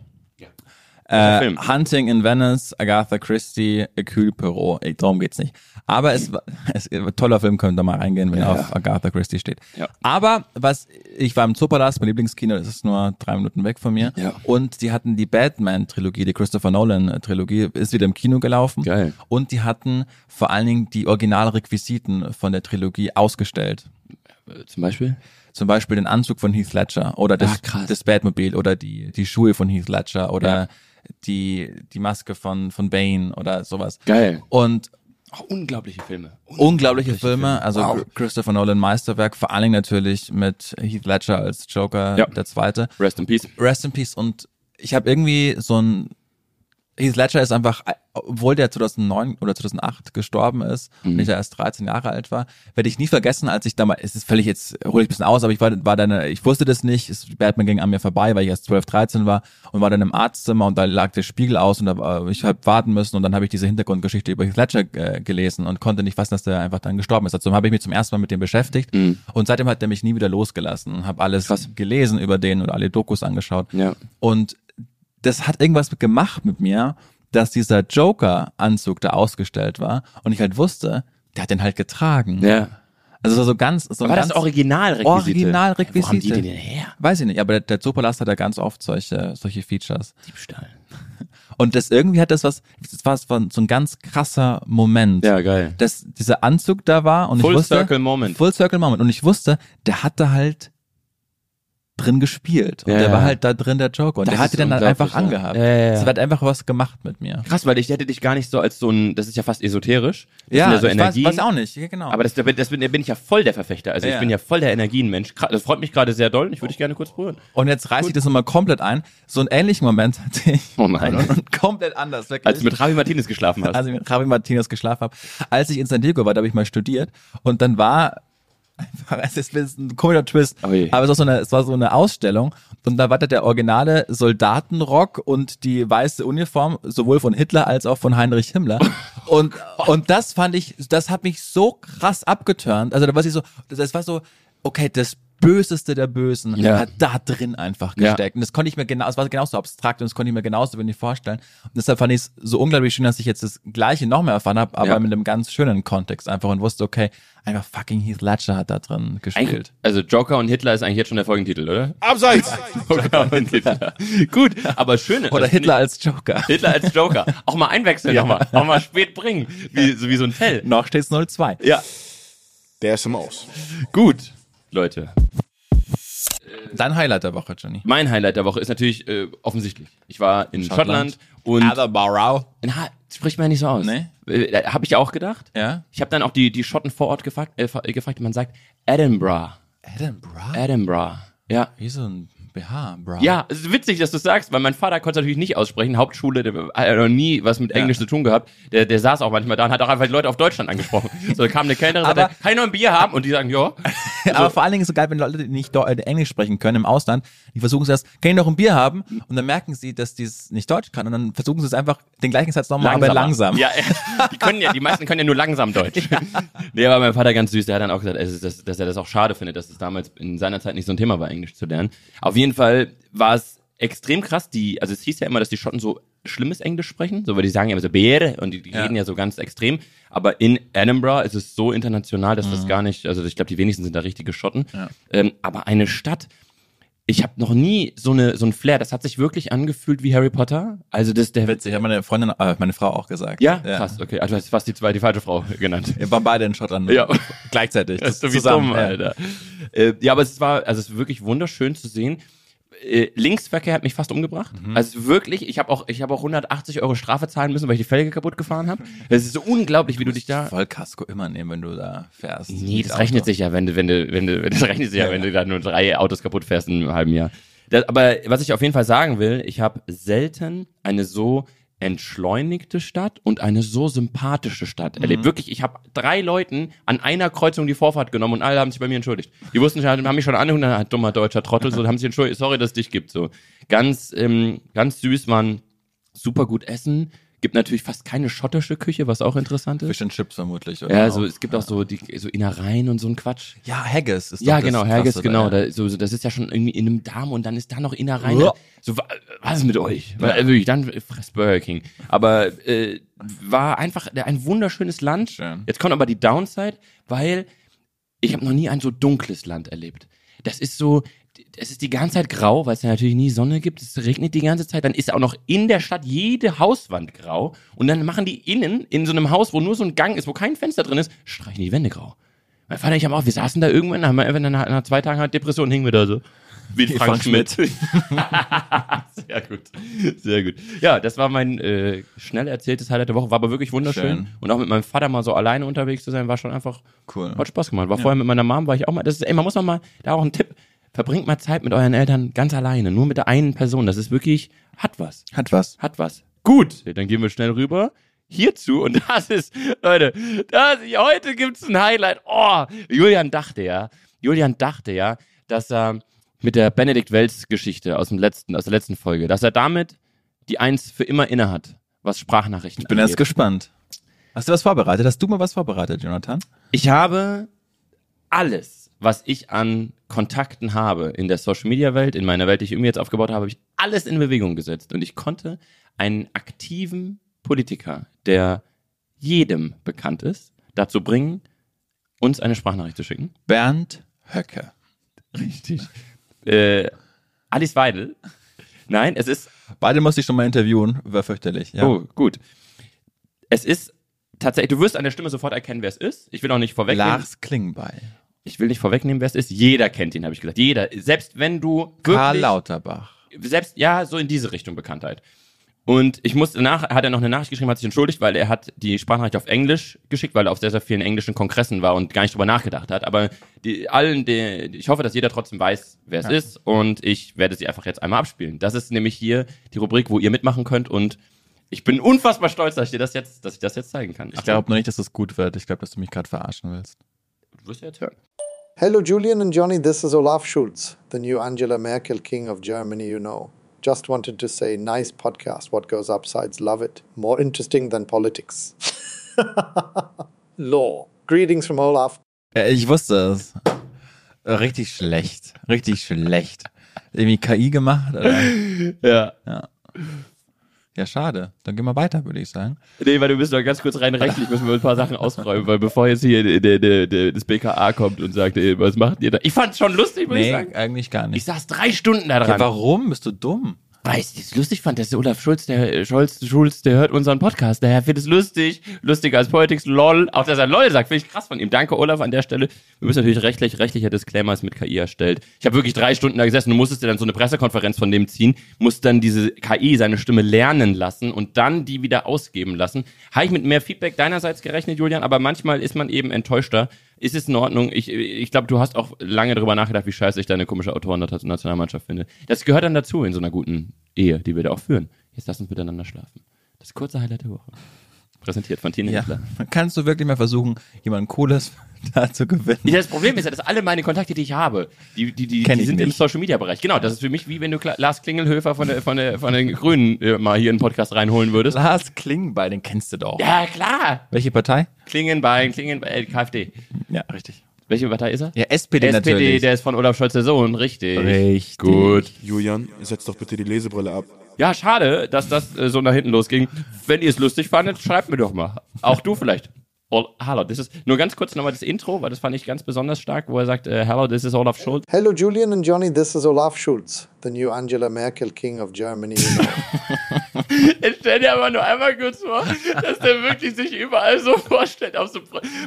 [SPEAKER 4] Welcher
[SPEAKER 3] Äh,
[SPEAKER 4] Film?
[SPEAKER 3] Hunting in Venice, Agatha Christie, Hercule Perot. Äh, Darum geht's nicht. Aber es war es, toller Film, könnt ihr mal reingehen, wenn ihr auf Agatha Christie steht.
[SPEAKER 4] Ja.
[SPEAKER 3] Aber was ich war im Zoopalast, mein Lieblingskino, das ist nur drei Minuten weg von mir.
[SPEAKER 4] Ja.
[SPEAKER 3] Und die hatten die Batman-Trilogie, die Christopher Nolan-Trilogie, ist wieder im Kino gelaufen.
[SPEAKER 4] Geil.
[SPEAKER 3] Und die hatten vor allen Dingen die Originalrequisiten von der Trilogie ausgestellt.
[SPEAKER 4] Zum Beispiel?
[SPEAKER 3] Zum Beispiel den Anzug von Heath Ledger oder das,
[SPEAKER 4] Ah, krass.
[SPEAKER 3] das Batmobil oder die, die Schuhe von Heath Ledger oder
[SPEAKER 4] Ja.
[SPEAKER 3] die, die Maske von, von Bane oder sowas.
[SPEAKER 4] Geil.
[SPEAKER 3] Und
[SPEAKER 4] Oh, unglaubliche Filme.
[SPEAKER 3] unglaubliche Filme, also Christopher Nolan Meisterwerk, vor allen Dingen natürlich mit Heath Ledger als Joker,
[SPEAKER 4] Ja.
[SPEAKER 3] der zweite.
[SPEAKER 4] Rest in Peace.
[SPEAKER 3] Rest in Peace und ich habe irgendwie so ein Heath Ledger ist einfach, obwohl der 2009 oder 2008 gestorben ist und ich da erst 13 Jahre alt war, werde ich nie vergessen, als ich damals, es ist völlig jetzt, hole ich ein bisschen aus, aber ich war, war dann, ich wusste das nicht, es, Batman ging an mir vorbei, weil ich erst 12, 13 war und war dann im Arztzimmer und da lag der Spiegel aus und da, war- ich habe warten müssen und dann habe ich diese Hintergrundgeschichte über Heath Ledger äh, gelesen und konnte nicht fassen, dass der einfach dann gestorben ist. Dazu habe ich mich zum ersten Mal mit dem beschäftigt und seitdem hat der mich nie wieder losgelassen und habe alles gelesen über den oder alle Dokus angeschaut.
[SPEAKER 4] Ja.
[SPEAKER 3] Und das hat irgendwas gemacht mit mir, dass dieser Joker-Anzug da ausgestellt war und ich halt wusste, der hat den halt getragen.
[SPEAKER 4] Ja.
[SPEAKER 3] Also es war so ganz, so ein
[SPEAKER 4] War
[SPEAKER 3] ganz
[SPEAKER 4] das Originalrequisite?
[SPEAKER 3] Originalrequisite.
[SPEAKER 4] Wo haben die denn her?
[SPEAKER 3] Weiß ich nicht, aber der, der Zoopalast hat da ganz oft solche, solche Features.
[SPEAKER 4] Diebstahl.
[SPEAKER 3] Und das irgendwie hat das was, das war so ein- so ein ganz krasser Moment.
[SPEAKER 4] Ja, geil.
[SPEAKER 3] Dass dieser Anzug da war und
[SPEAKER 4] Full
[SPEAKER 3] ich wusste.
[SPEAKER 4] Circle Moment.
[SPEAKER 3] Full Circle Moment. Und ich wusste, der hatte halt drin gespielt. Und
[SPEAKER 4] Ja,
[SPEAKER 3] der
[SPEAKER 4] ja.
[SPEAKER 3] war halt da drin der Joker. Und
[SPEAKER 4] Das
[SPEAKER 3] der hat
[SPEAKER 4] ist
[SPEAKER 3] den dann halt
[SPEAKER 4] unglaublich,
[SPEAKER 3] einfach
[SPEAKER 4] ja.
[SPEAKER 3] angehabt.
[SPEAKER 4] Ja, ja, ja.
[SPEAKER 3] Das hat einfach was gemacht mit mir.
[SPEAKER 4] Krass, weil ich hätte dich gar nicht so als so ein, das ist ja fast esoterisch. Das
[SPEAKER 3] ja,
[SPEAKER 4] sind so
[SPEAKER 3] ich
[SPEAKER 4] Energien.
[SPEAKER 3] weiß, weiß auch nicht. Ja, genau.
[SPEAKER 4] Aber das, da bin, das bin, da bin ich ja voll der Verfechter. Also ich
[SPEAKER 3] Ja.
[SPEAKER 4] bin ja voll der Energienmensch. Kra- Das freut mich gerade sehr doll und ich würde dich gerne kurz berühren.
[SPEAKER 3] und jetzt reiß ich das nochmal komplett ein. So einen ähnlichen Moment hatte ich.
[SPEAKER 4] Oh nein.
[SPEAKER 3] Und, und komplett anders, wirklich.
[SPEAKER 4] Als du mit Ravi Martinez geschlafen
[SPEAKER 3] Also,
[SPEAKER 4] hast.
[SPEAKER 3] als ich mit Javi Martinez geschlafen habe. Als ich in San Diego war, da habe ich mal studiert und dann war einfach, es ist es ist ein komischer Twist,
[SPEAKER 4] Oh je.
[SPEAKER 3] aber es war, so eine, es war so eine Ausstellung und da war da der originale Soldatenrock und die weiße Uniform sowohl von Hitler als auch von Heinrich Himmler und, und das fand ich, das hat mich so krass abgeturnt, also da war ich so, das, das war so, okay, das Böseste der Bösen
[SPEAKER 4] Ja.
[SPEAKER 3] hat da drin einfach
[SPEAKER 4] Ja.
[SPEAKER 3] gesteckt. Und das konnte ich mir genau, es war genauso abstrakt und das konnte ich mir genauso wenig vorstellen. Und deshalb fand ich es so unglaublich schön, dass ich jetzt das Gleiche noch mehr erfahren habe, aber
[SPEAKER 4] Ja.
[SPEAKER 3] mit einem ganz schönen Kontext einfach und wusste, okay, einfach fucking Heath Ledger hat da drin gespielt.
[SPEAKER 4] Eigentlich, also Joker und Hitler ist eigentlich jetzt schon der Folgentitel, oder?
[SPEAKER 1] Abseits!
[SPEAKER 4] Joker und Hitler. Gut, aber schön. das
[SPEAKER 3] Oder
[SPEAKER 4] finde ich-
[SPEAKER 3] Hitler als Joker.
[SPEAKER 4] Hitler als Joker. Auch mal einwechseln,
[SPEAKER 3] Ja.
[SPEAKER 4] auch, mal, auch mal spät bringen. Wie, so wie so ein Tell.
[SPEAKER 3] Noch steht's 0-2.
[SPEAKER 4] Ja,
[SPEAKER 1] Der ist im Aus.
[SPEAKER 4] gut, Leute.
[SPEAKER 3] Dein Highlight der Woche, Johnny.
[SPEAKER 4] Mein Highlight der Woche ist natürlich äh, offensichtlich. Ich war in
[SPEAKER 3] Schottland.
[SPEAKER 4] Schottland, und
[SPEAKER 3] Atherbarrow.
[SPEAKER 4] in ha spricht man ja nicht so aus.
[SPEAKER 3] Nee.
[SPEAKER 4] Äh, Habe ich auch gedacht.
[SPEAKER 3] Ja.
[SPEAKER 4] Ich habe dann auch die, die Schotten vor Ort gefragt, äh, fa- äh, gefragt, man sagt Edinburgh.
[SPEAKER 3] Edinburgh?
[SPEAKER 4] Edinburgh. Ja.
[SPEAKER 3] Wie so ein BH, bro.
[SPEAKER 4] Ja, es ist witzig, dass du es sagst, weil mein Vater konnte es natürlich nicht aussprechen. Hauptschule, der hat ja noch nie was mit Englisch zu tun gehabt. Der, der saß auch manchmal da und hat auch einfach die Leute auf Deutschland angesprochen. So, da kam eine Kellnerin,
[SPEAKER 3] Aber-
[SPEAKER 4] sagte, kann ich noch ein Bier haben? Und die sagen, ja.
[SPEAKER 3] Aber
[SPEAKER 4] also-
[SPEAKER 3] vor allen Dingen ist es so geil, wenn Leute, die nicht Deu- äh, Englisch sprechen können im Ausland, die versuchen es erst, kann ich noch ein Bier haben? Und dann merken sie, dass die es nicht Deutsch kann und dann versuchen sie es einfach den gleichen Satz nochmal, aber langsam.
[SPEAKER 4] Ja, die können ja, die meisten können ja nur langsam Deutsch. Nee, aber mein Vater ganz süß, der hat dann auch gesagt, es ist das, dass er das auch schade findet, dass es damals in seiner Zeit nicht so ein Thema war, Englisch zu lernen. Auf jeden Fall war es extrem krass, die, also es hieß ja immer, dass die Schotten so schlimmes Englisch sprechen, so weil die sagen ja immer so Beere und die, die reden ja so ganz extrem, aber in Edinburgh ist es so international, dass das gar nicht, also ich glaube, die wenigsten sind da richtige Schotten, ähm, aber eine Stadt, ich habe noch nie so eine so ein Flair, das hat sich wirklich angefühlt wie Harry Potter, also das der
[SPEAKER 3] Witzig, hat meine Freundin, äh, meine Frau auch gesagt.
[SPEAKER 4] ja, krass, okay. Also du hast fast die zweite die falsche Frau genannt.
[SPEAKER 3] Wir waren beide in Schottland. ne?
[SPEAKER 4] Ja.
[SPEAKER 3] Gleichzeitig.
[SPEAKER 4] Das ist so wie
[SPEAKER 3] zusammen,
[SPEAKER 4] dumm,
[SPEAKER 3] ja.
[SPEAKER 4] Alter. Äh, ja, aber es war, also es ist wirklich wunderschön zu sehen. Äh, Linksverkehr hat mich fast umgebracht. Also wirklich, ich habe auch, ich habe auch 180 Euro Strafe zahlen müssen, weil ich die Felge kaputt gefahren habe. Es ist so unglaublich, wie du dich da.
[SPEAKER 3] Voll Kasko immer nehmen, wenn du da fährst.
[SPEAKER 4] Nee, das rechnet sich ja, wenn du, wenn du, wenn du, das rechnet sich ja, wenn du da nur drei Autos kaputt fährst in einem halben Jahr. Das, aber was ich auf jeden Fall sagen will, ich habe selten eine so entschleunigte Stadt und eine so sympathische Stadt erlebt. Wirklich, ich habe drei Leuten an einer Kreuzung die Vorfahrt genommen und alle haben sich bei mir entschuldigt. Die wussten schon, haben mich schon angehört, ah, dummer deutscher Trottel, so haben sich entschuldigt, sorry, dass es dich gibt. So ganz, ähm, ganz süß waren, super gut essen. Gibt natürlich fast keine schottische Küche, was auch interessant ist.
[SPEAKER 3] Fish and Chips vermutlich, oder?
[SPEAKER 4] Ja,
[SPEAKER 3] auch.
[SPEAKER 4] so, es gibt auch so, die, so Innereien und so ein Quatsch.
[SPEAKER 3] Ja, Haggis ist doch
[SPEAKER 4] Ja,
[SPEAKER 3] das
[SPEAKER 4] genau,
[SPEAKER 3] Krasse
[SPEAKER 4] Haggis,
[SPEAKER 3] da,
[SPEAKER 4] genau.
[SPEAKER 3] ja.
[SPEAKER 4] Da, so, so, das ist ja schon irgendwie in einem Darm und dann ist da noch Innereien.
[SPEAKER 3] Ja.
[SPEAKER 4] So, wa- was ist mit euch? Also wirklich, dann fress Burger King. Aber äh, war einfach ein wunderschönes Land.
[SPEAKER 3] Schön.
[SPEAKER 4] Jetzt kommt aber die Downside, weil ich habe noch nie ein so dunkles Land erlebt. Das ist so, es ist die ganze Zeit grau, weil es ja natürlich nie Sonne gibt. Es regnet die ganze Zeit. Dann ist auch noch in der Stadt jede Hauswand grau. Und dann machen die innen in so einem Haus, wo nur so ein Gang ist, wo kein Fenster drin ist, streichen die Wände grau. Mein Vater, und ich haben auch, wir saßen da irgendwann, haben wir einfach nach, nach zwei Tagen halt Depression hingen wir da so. Wie Frank,
[SPEAKER 3] Frank
[SPEAKER 4] Schmidt. sehr gut, sehr gut. Ja, das war mein äh, schnell erzähltes Highlight der Woche, war aber wirklich wunderschön.
[SPEAKER 3] Schön.
[SPEAKER 4] Und auch mit meinem Vater mal so alleine unterwegs zu sein, war schon einfach
[SPEAKER 3] Cool.
[SPEAKER 4] Hat Spaß gemacht. War vorher mit meiner Mom, war ich auch mal. Das ist, ey, man muss noch mal, da auch ein Tipp. Verbringt mal Zeit mit euren Eltern ganz alleine, nur mit der einen Person. Das ist wirklich, hat was.
[SPEAKER 3] Hat was.
[SPEAKER 4] Hat was. Gut, dann gehen wir schnell rüber hierzu. Und das ist, Leute, das, heute gibt's ein Highlight. Oh, Julian dachte ja, Julian dachte ja, dass er mit der Benedikt Wells Geschichte aus, dem letzten, aus der letzten Folge, dass er damit die Eins für immer inne hat, was Sprachnachrichten
[SPEAKER 3] Ich bin jetzt gespannt. Hast du was vorbereitet? Hast du mal was vorbereitet, Jonathan?
[SPEAKER 4] Ich habe alles, was ich an Kontakten habe in der Social Media Welt, in meiner Welt, die ich irgendwie jetzt aufgebaut habe, habe ich alles in Bewegung gesetzt. Und ich konnte einen aktiven Politiker, der jedem bekannt ist, dazu bringen, uns eine Sprachnachricht zu schicken.
[SPEAKER 3] Bernd Höcke.
[SPEAKER 4] Richtig. Äh, Alice Weidel. Nein, es ist
[SPEAKER 3] Beide musste ich schon mal interviewen, war fürchterlich. Ja.
[SPEAKER 4] Oh, gut. Es ist tatsächlich, du wirst an der Stimme sofort erkennen, wer es ist. Ich will auch nicht vorwegnehmen.
[SPEAKER 3] Lars Klingbeil.
[SPEAKER 4] Ich will nicht vorwegnehmen, wer es ist. Jeder kennt ihn, habe ich gesagt. Jeder. Selbst wenn du wirklich,
[SPEAKER 3] Karl Lauterbach.
[SPEAKER 4] selbst ja, so in diese Richtung Bekanntheit. Und ich musste nach, hat er noch eine Nachricht geschrieben, hat sich entschuldigt, weil er hat die Sprachnachricht auf Englisch geschickt, weil er auf sehr, sehr vielen englischen Kongressen war und gar nicht drüber nachgedacht hat. Aber die, allen, die, ich hoffe, dass jeder trotzdem weiß, wer es ist. Und ich werde sie einfach jetzt einmal abspielen. Das ist nämlich hier die Rubrik, wo ihr mitmachen könnt. Und ich bin unfassbar stolz, dass ich dir das jetzt, dass ich das jetzt zeigen kann.
[SPEAKER 3] Ich glaube noch nicht, dass das gut wird. Ich glaube, dass du mich gerade verarschen willst.
[SPEAKER 4] du wirst ja jetzt hören.
[SPEAKER 5] Hello, Julian and Johnny. This is Olaf Schulz, the new Angela Merkel king of Germany, you know. Just wanted to say, nice podcast. What goes upsides, love it. More interesting than politics. Law. Greetings from Olaf.
[SPEAKER 3] Äh, Ich wusste es. Äh, Richtig schlecht. Richtig schlecht. Irgendwie KI gemacht. Oder?
[SPEAKER 4] Ja.
[SPEAKER 3] Ja, schade. Dann gehen wir weiter, würde ich sagen.
[SPEAKER 4] Nee, weil wir müssen doch ganz kurz rein rechtlich, müssen wir ein paar Sachen ausräumen, weil bevor jetzt hier der, der, der, das BKA kommt und sagt, ey, was macht ihr da? Ich fand's schon lustig, muss ich
[SPEAKER 3] Nee,
[SPEAKER 4] sagen.
[SPEAKER 3] eigentlich gar
[SPEAKER 4] Ich
[SPEAKER 3] nicht.
[SPEAKER 4] saß drei Stunden da dran.
[SPEAKER 3] Ja, warum? Bist du dumm?
[SPEAKER 4] weiß, die es lustig fand, dass der Olaf Schulz, der äh, Scholz, Schulz, der hört unseren Podcast, daher findet es lustig, lustiger als Politics, lol, auch dass er lol sagt, finde ich krass von ihm. Danke, Olaf, an der Stelle. Wir müssen natürlich rechtlich, rechtlicher Disclaimer ist mit KI erstellt. Ich habe wirklich drei Stunden da gesessen, du musstest dir dann so eine Pressekonferenz von dem ziehen, musst dann diese KI seine Stimme lernen lassen und dann die wieder ausgeben lassen. Habe ich mit mehr Feedback deinerseits gerechnet, Julian, aber manchmal ist man eben enttäuschter. Ist es in Ordnung? Ich, ich glaube, du hast auch lange darüber nachgedacht, wie scheiße ich deine komische Autoren-Nationalmannschaft finde. Das gehört dann dazu in so einer guten Ehe, die wir da auch führen. Jetzt lass uns miteinander schlafen. Das kurze Highlight der Woche. Präsentiert von Tine
[SPEAKER 3] Ja.
[SPEAKER 4] Hitler.
[SPEAKER 3] Kannst du wirklich mal versuchen, jemanden Cooles da zu
[SPEAKER 4] Ja,
[SPEAKER 3] gewinnen?
[SPEAKER 4] Das Problem ist ja, dass alle meine Kontakte, die ich habe, die, die, die,
[SPEAKER 3] Kenn
[SPEAKER 4] die
[SPEAKER 3] ich
[SPEAKER 4] sind im
[SPEAKER 3] nicht.
[SPEAKER 4] Social-Media-Bereich. Genau, das ist für mich wie wenn du Kla Lars Klingelhöfer von, der, von, der, von den Grünen äh, mal hier in den Podcast reinholen würdest.
[SPEAKER 3] Lars Klingbeil, den kennst du doch.
[SPEAKER 4] Ja, klar.
[SPEAKER 3] Welche Partei?
[SPEAKER 4] Klingenbein, Klingenbein, äh, KfD.
[SPEAKER 3] Ja, richtig.
[SPEAKER 4] Welche Partei ist er?
[SPEAKER 3] Ja, SPD,
[SPEAKER 4] SPD,
[SPEAKER 3] natürlich.
[SPEAKER 4] der ist von Olaf Scholz der Sohn, richtig.
[SPEAKER 3] Richtig.
[SPEAKER 4] Gut.
[SPEAKER 1] Julian, setz doch bitte die Lesebrille ab.
[SPEAKER 4] Ja, schade, dass das äh, so nach hinten losging. Wenn ihr es lustig fandet, schreibt mir doch mal. Auch du vielleicht. All, hallo, das ist nur ganz kurz nochmal das Intro, weil das fand ich ganz besonders stark, wo er sagt, äh, hello, this is Olaf Schulz.
[SPEAKER 5] Hello, Julian and Johnny. This is Olaf Schulz, the new Angela Merkel king of Germany, you know.
[SPEAKER 4] Jetzt stell dir aber nur einmal kurz vor, dass der wirklich sich überall so vorstellt, auch so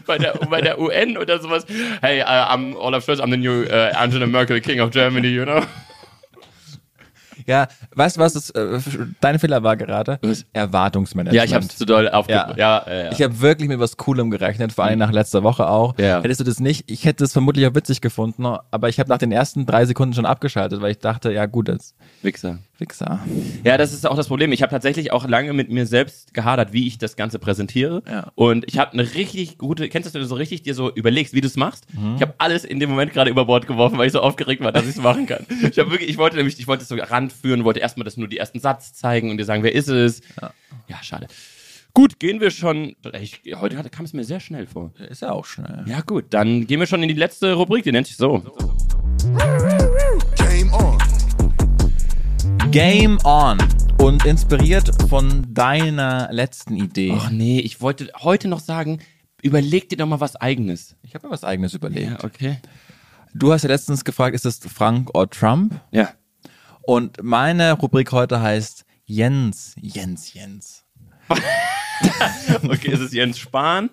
[SPEAKER 4] bei der, bei der UN oder sowas. Hey, äh, I'm Olaf Scholz, I'm the new äh, Angela Merkel, King of Germany, you know?
[SPEAKER 3] Ja, weißt du, was das, äh, dein Fehler war gerade? Erwartungsmanagement.
[SPEAKER 4] Ja, ich hab's zu doll aufge...
[SPEAKER 3] Ja. Mhm.
[SPEAKER 4] ja, ja, ja.
[SPEAKER 3] Ich habe wirklich mit was Coolem gerechnet, vor allem nach letzter Woche auch.
[SPEAKER 4] Ja.
[SPEAKER 3] Hättest du das nicht, ich hätte es vermutlich auch witzig gefunden, aber ich habe nach den ersten drei Sekunden schon abgeschaltet, weil ich dachte, ja gut, das
[SPEAKER 4] Wichser.
[SPEAKER 3] Wichser.
[SPEAKER 4] Ja, das ist auch das Problem. Ich habe tatsächlich auch lange mit mir selbst gehadert, wie ich das Ganze präsentiere.
[SPEAKER 3] Ja.
[SPEAKER 4] Und ich habe eine richtig gute, kennst du das, wenn du so richtig dir so überlegst, wie du es machst? Ich habe alles in dem Moment gerade über Bord geworfen, weil ich so aufgeregt war, dass ich es machen kann. Ich habe wirklich, ich wollte nämlich, ich wollte es so ranführen, wollte erstmal das nur die ersten Satz zeigen und dir sagen, wer ist es? Ja, schade. Gut, gehen wir schon. Ich, heute hat- kam es mir sehr schnell vor.
[SPEAKER 3] Ist ja auch schnell.
[SPEAKER 4] Ja, gut, dann gehen wir schon in die letzte Rubrik, die nennt sich so.
[SPEAKER 1] Game on!
[SPEAKER 3] Game on und inspiriert von deiner letzten Idee.
[SPEAKER 4] Oh nee, ich wollte heute noch sagen, überleg dir doch mal was eigenes.
[SPEAKER 3] Ich habe mir was eigenes überlegt.
[SPEAKER 4] Ja, okay.
[SPEAKER 3] Du hast ja letztens gefragt, ist es Frank oder Trump?
[SPEAKER 4] Ja.
[SPEAKER 3] Und meine Rubrik heute heißt Jens, Jens, Jens.
[SPEAKER 4] Okay, ist es Jens Spahn?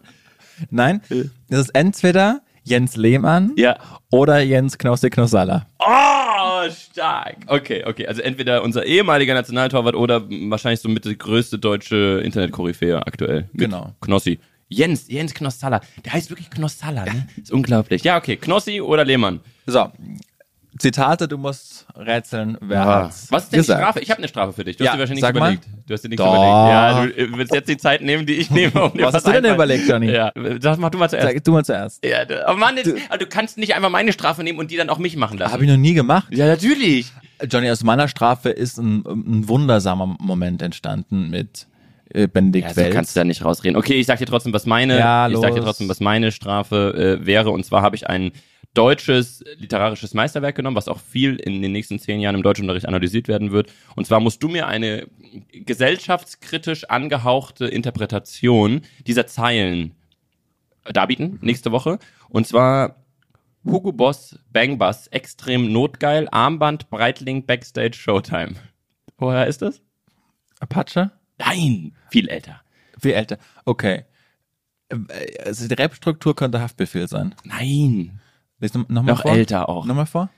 [SPEAKER 3] Nein, es ist entweder Jens Lehmann
[SPEAKER 4] Ja.
[SPEAKER 3] oder Jens Knossi Knossalla.
[SPEAKER 4] Oh, stark. Okay, okay. Also entweder unser ehemaliger Nationaltorwart oder wahrscheinlich so mit der größte deutsche Internet-Koryphäe aktuell. Mit
[SPEAKER 3] Genau.
[SPEAKER 4] Knossi. Jens, Jens Knossalla. Der heißt wirklich Knossalla, ne? Ist unglaublich. Ja, okay. Knossi oder Lehmann.
[SPEAKER 3] So, Zitate, du musst rätseln, wer hat's
[SPEAKER 4] Was ist denn
[SPEAKER 3] gesagt.
[SPEAKER 4] die Strafe? Ich habe eine Strafe für dich. Du
[SPEAKER 3] Ja,
[SPEAKER 4] hast dir wahrscheinlich
[SPEAKER 3] sag
[SPEAKER 4] nichts
[SPEAKER 3] mal.
[SPEAKER 4] überlegt. Du hast dir nichts
[SPEAKER 3] Doch.
[SPEAKER 4] überlegt. Ja, du äh, willst jetzt die Zeit nehmen, die ich nehme. Um dir
[SPEAKER 3] Was hast du denn
[SPEAKER 4] einfallen-
[SPEAKER 3] überlegt, Johnny?
[SPEAKER 4] Ja, das mach du mal zuerst.
[SPEAKER 3] Sag, du mal zuerst.
[SPEAKER 4] Ja, du- oh Mann, jetzt, du, du kannst nicht einfach meine Strafe nehmen und die dann auch mich machen lassen.
[SPEAKER 3] Habe ich noch nie gemacht.
[SPEAKER 4] ja, natürlich.
[SPEAKER 3] Johnny, aus meiner Strafe ist ein, ein wundersamer Moment entstanden mit äh, Benedikt
[SPEAKER 4] Ja, so
[SPEAKER 3] Welz.
[SPEAKER 4] kannst du da nicht rausreden. Okay, ich sag dir trotzdem, was meine,
[SPEAKER 3] Ja,
[SPEAKER 4] ich sag dir
[SPEAKER 3] los.
[SPEAKER 4] trotzdem, was meine Strafe äh, wäre. Und zwar habe ich ein deutsches literarisches Meisterwerk genommen, was auch viel in den nächsten zehn Jahren im Deutschunterricht analysiert werden wird. Und zwar musst du mir eine gesellschaftskritisch angehauchte Interpretation dieser Zeilen äh,
[SPEAKER 3] Mhm.
[SPEAKER 4] darbieten nächste Woche. Und zwar Hugo Boss, Bang Bass, extrem notgeil, Armband, Breitling, Backstage, Showtime. Woher ist das?
[SPEAKER 3] Apache?
[SPEAKER 4] Nein, viel älter.
[SPEAKER 3] Viel älter. Okay. Äh, Also die Rap-Struktur könnte Haftbefehl sein.
[SPEAKER 4] Nein.
[SPEAKER 3] Lies noch, noch mal
[SPEAKER 4] Noch
[SPEAKER 3] vor.
[SPEAKER 4] älter auch.
[SPEAKER 3] Nochmal vor.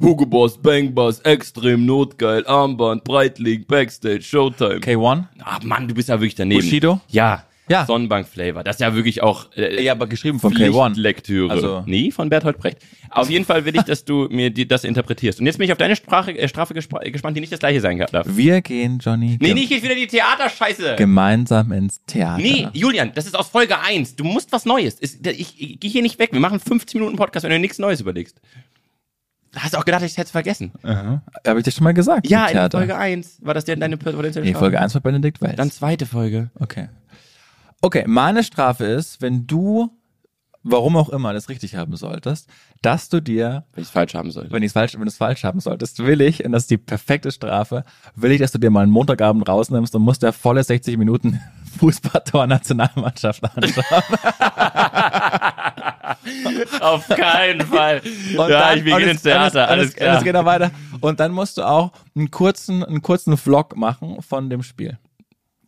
[SPEAKER 4] Hugo Boss, Bang Bass, Extrem, Notgeil, Armband, Breitling, Backstage, Showtime.
[SPEAKER 3] K1.
[SPEAKER 4] Ah Mann, du bist ja wirklich daneben.
[SPEAKER 3] Bushido?
[SPEAKER 4] Ja.
[SPEAKER 3] Ja.
[SPEAKER 4] Sonnenbank-Flavor. Das ist ja wirklich auch äh,
[SPEAKER 3] Ja, aber geschrieben von K1.
[SPEAKER 4] Lektüre.
[SPEAKER 3] Also-
[SPEAKER 4] nee, von Berthold Brecht. Auf jeden Fall will ich, dass du mir die, das interpretierst. Und jetzt bin ich auf deine Sprache, äh, Strafe gespra- gespannt, die nicht das gleiche sein darf.
[SPEAKER 3] Wir gehen, Johnny,
[SPEAKER 4] Nee,
[SPEAKER 3] gem-
[SPEAKER 4] nicht jetzt wieder die Theaterscheiße.
[SPEAKER 3] Genau. gemeinsam ins Theater.
[SPEAKER 4] Nee, Julian, das ist aus Folge 1. Du musst was Neues. Ist, ich ich gehe hier nicht weg. Wir machen 15 Minuten Podcast, wenn du dir nichts Neues überlegst. Hast du auch gedacht, ich hätte es vergessen?
[SPEAKER 3] Habe ich dir schon mal gesagt?
[SPEAKER 4] Ja,
[SPEAKER 3] im
[SPEAKER 4] in
[SPEAKER 3] Theater.
[SPEAKER 4] Folge 1 war das denn deine potenzielle
[SPEAKER 3] Nee,
[SPEAKER 4] Strafe?
[SPEAKER 3] Folge 1 war Benedikt Wells.
[SPEAKER 4] Dann zweite Folge.
[SPEAKER 3] okay. Okay, meine Strafe ist, wenn du, warum auch immer, das richtig haben solltest, dass du dir
[SPEAKER 4] Wenn ich es falsch haben sollte.
[SPEAKER 3] wenn ich es falsch, wenn du es falsch haben solltest, will ich, und das ist die perfekte Strafe, will ich, dass du dir mal einen Montagabend rausnimmst und musst dir volle 60 Minuten Fußballtor-Nationalmannschaft anschauen.
[SPEAKER 4] Auf keinen Fall.
[SPEAKER 3] Und
[SPEAKER 4] ja,
[SPEAKER 3] dann-
[SPEAKER 4] ich, wir
[SPEAKER 3] und
[SPEAKER 4] gehen
[SPEAKER 3] es-
[SPEAKER 4] ins Theater.
[SPEAKER 3] und es- und
[SPEAKER 4] Alles
[SPEAKER 3] es- Und
[SPEAKER 4] klar.
[SPEAKER 3] es geht noch weiter. Und dann musst du auch einen kurzen, einen kurzen Vlog machen von dem Spiel.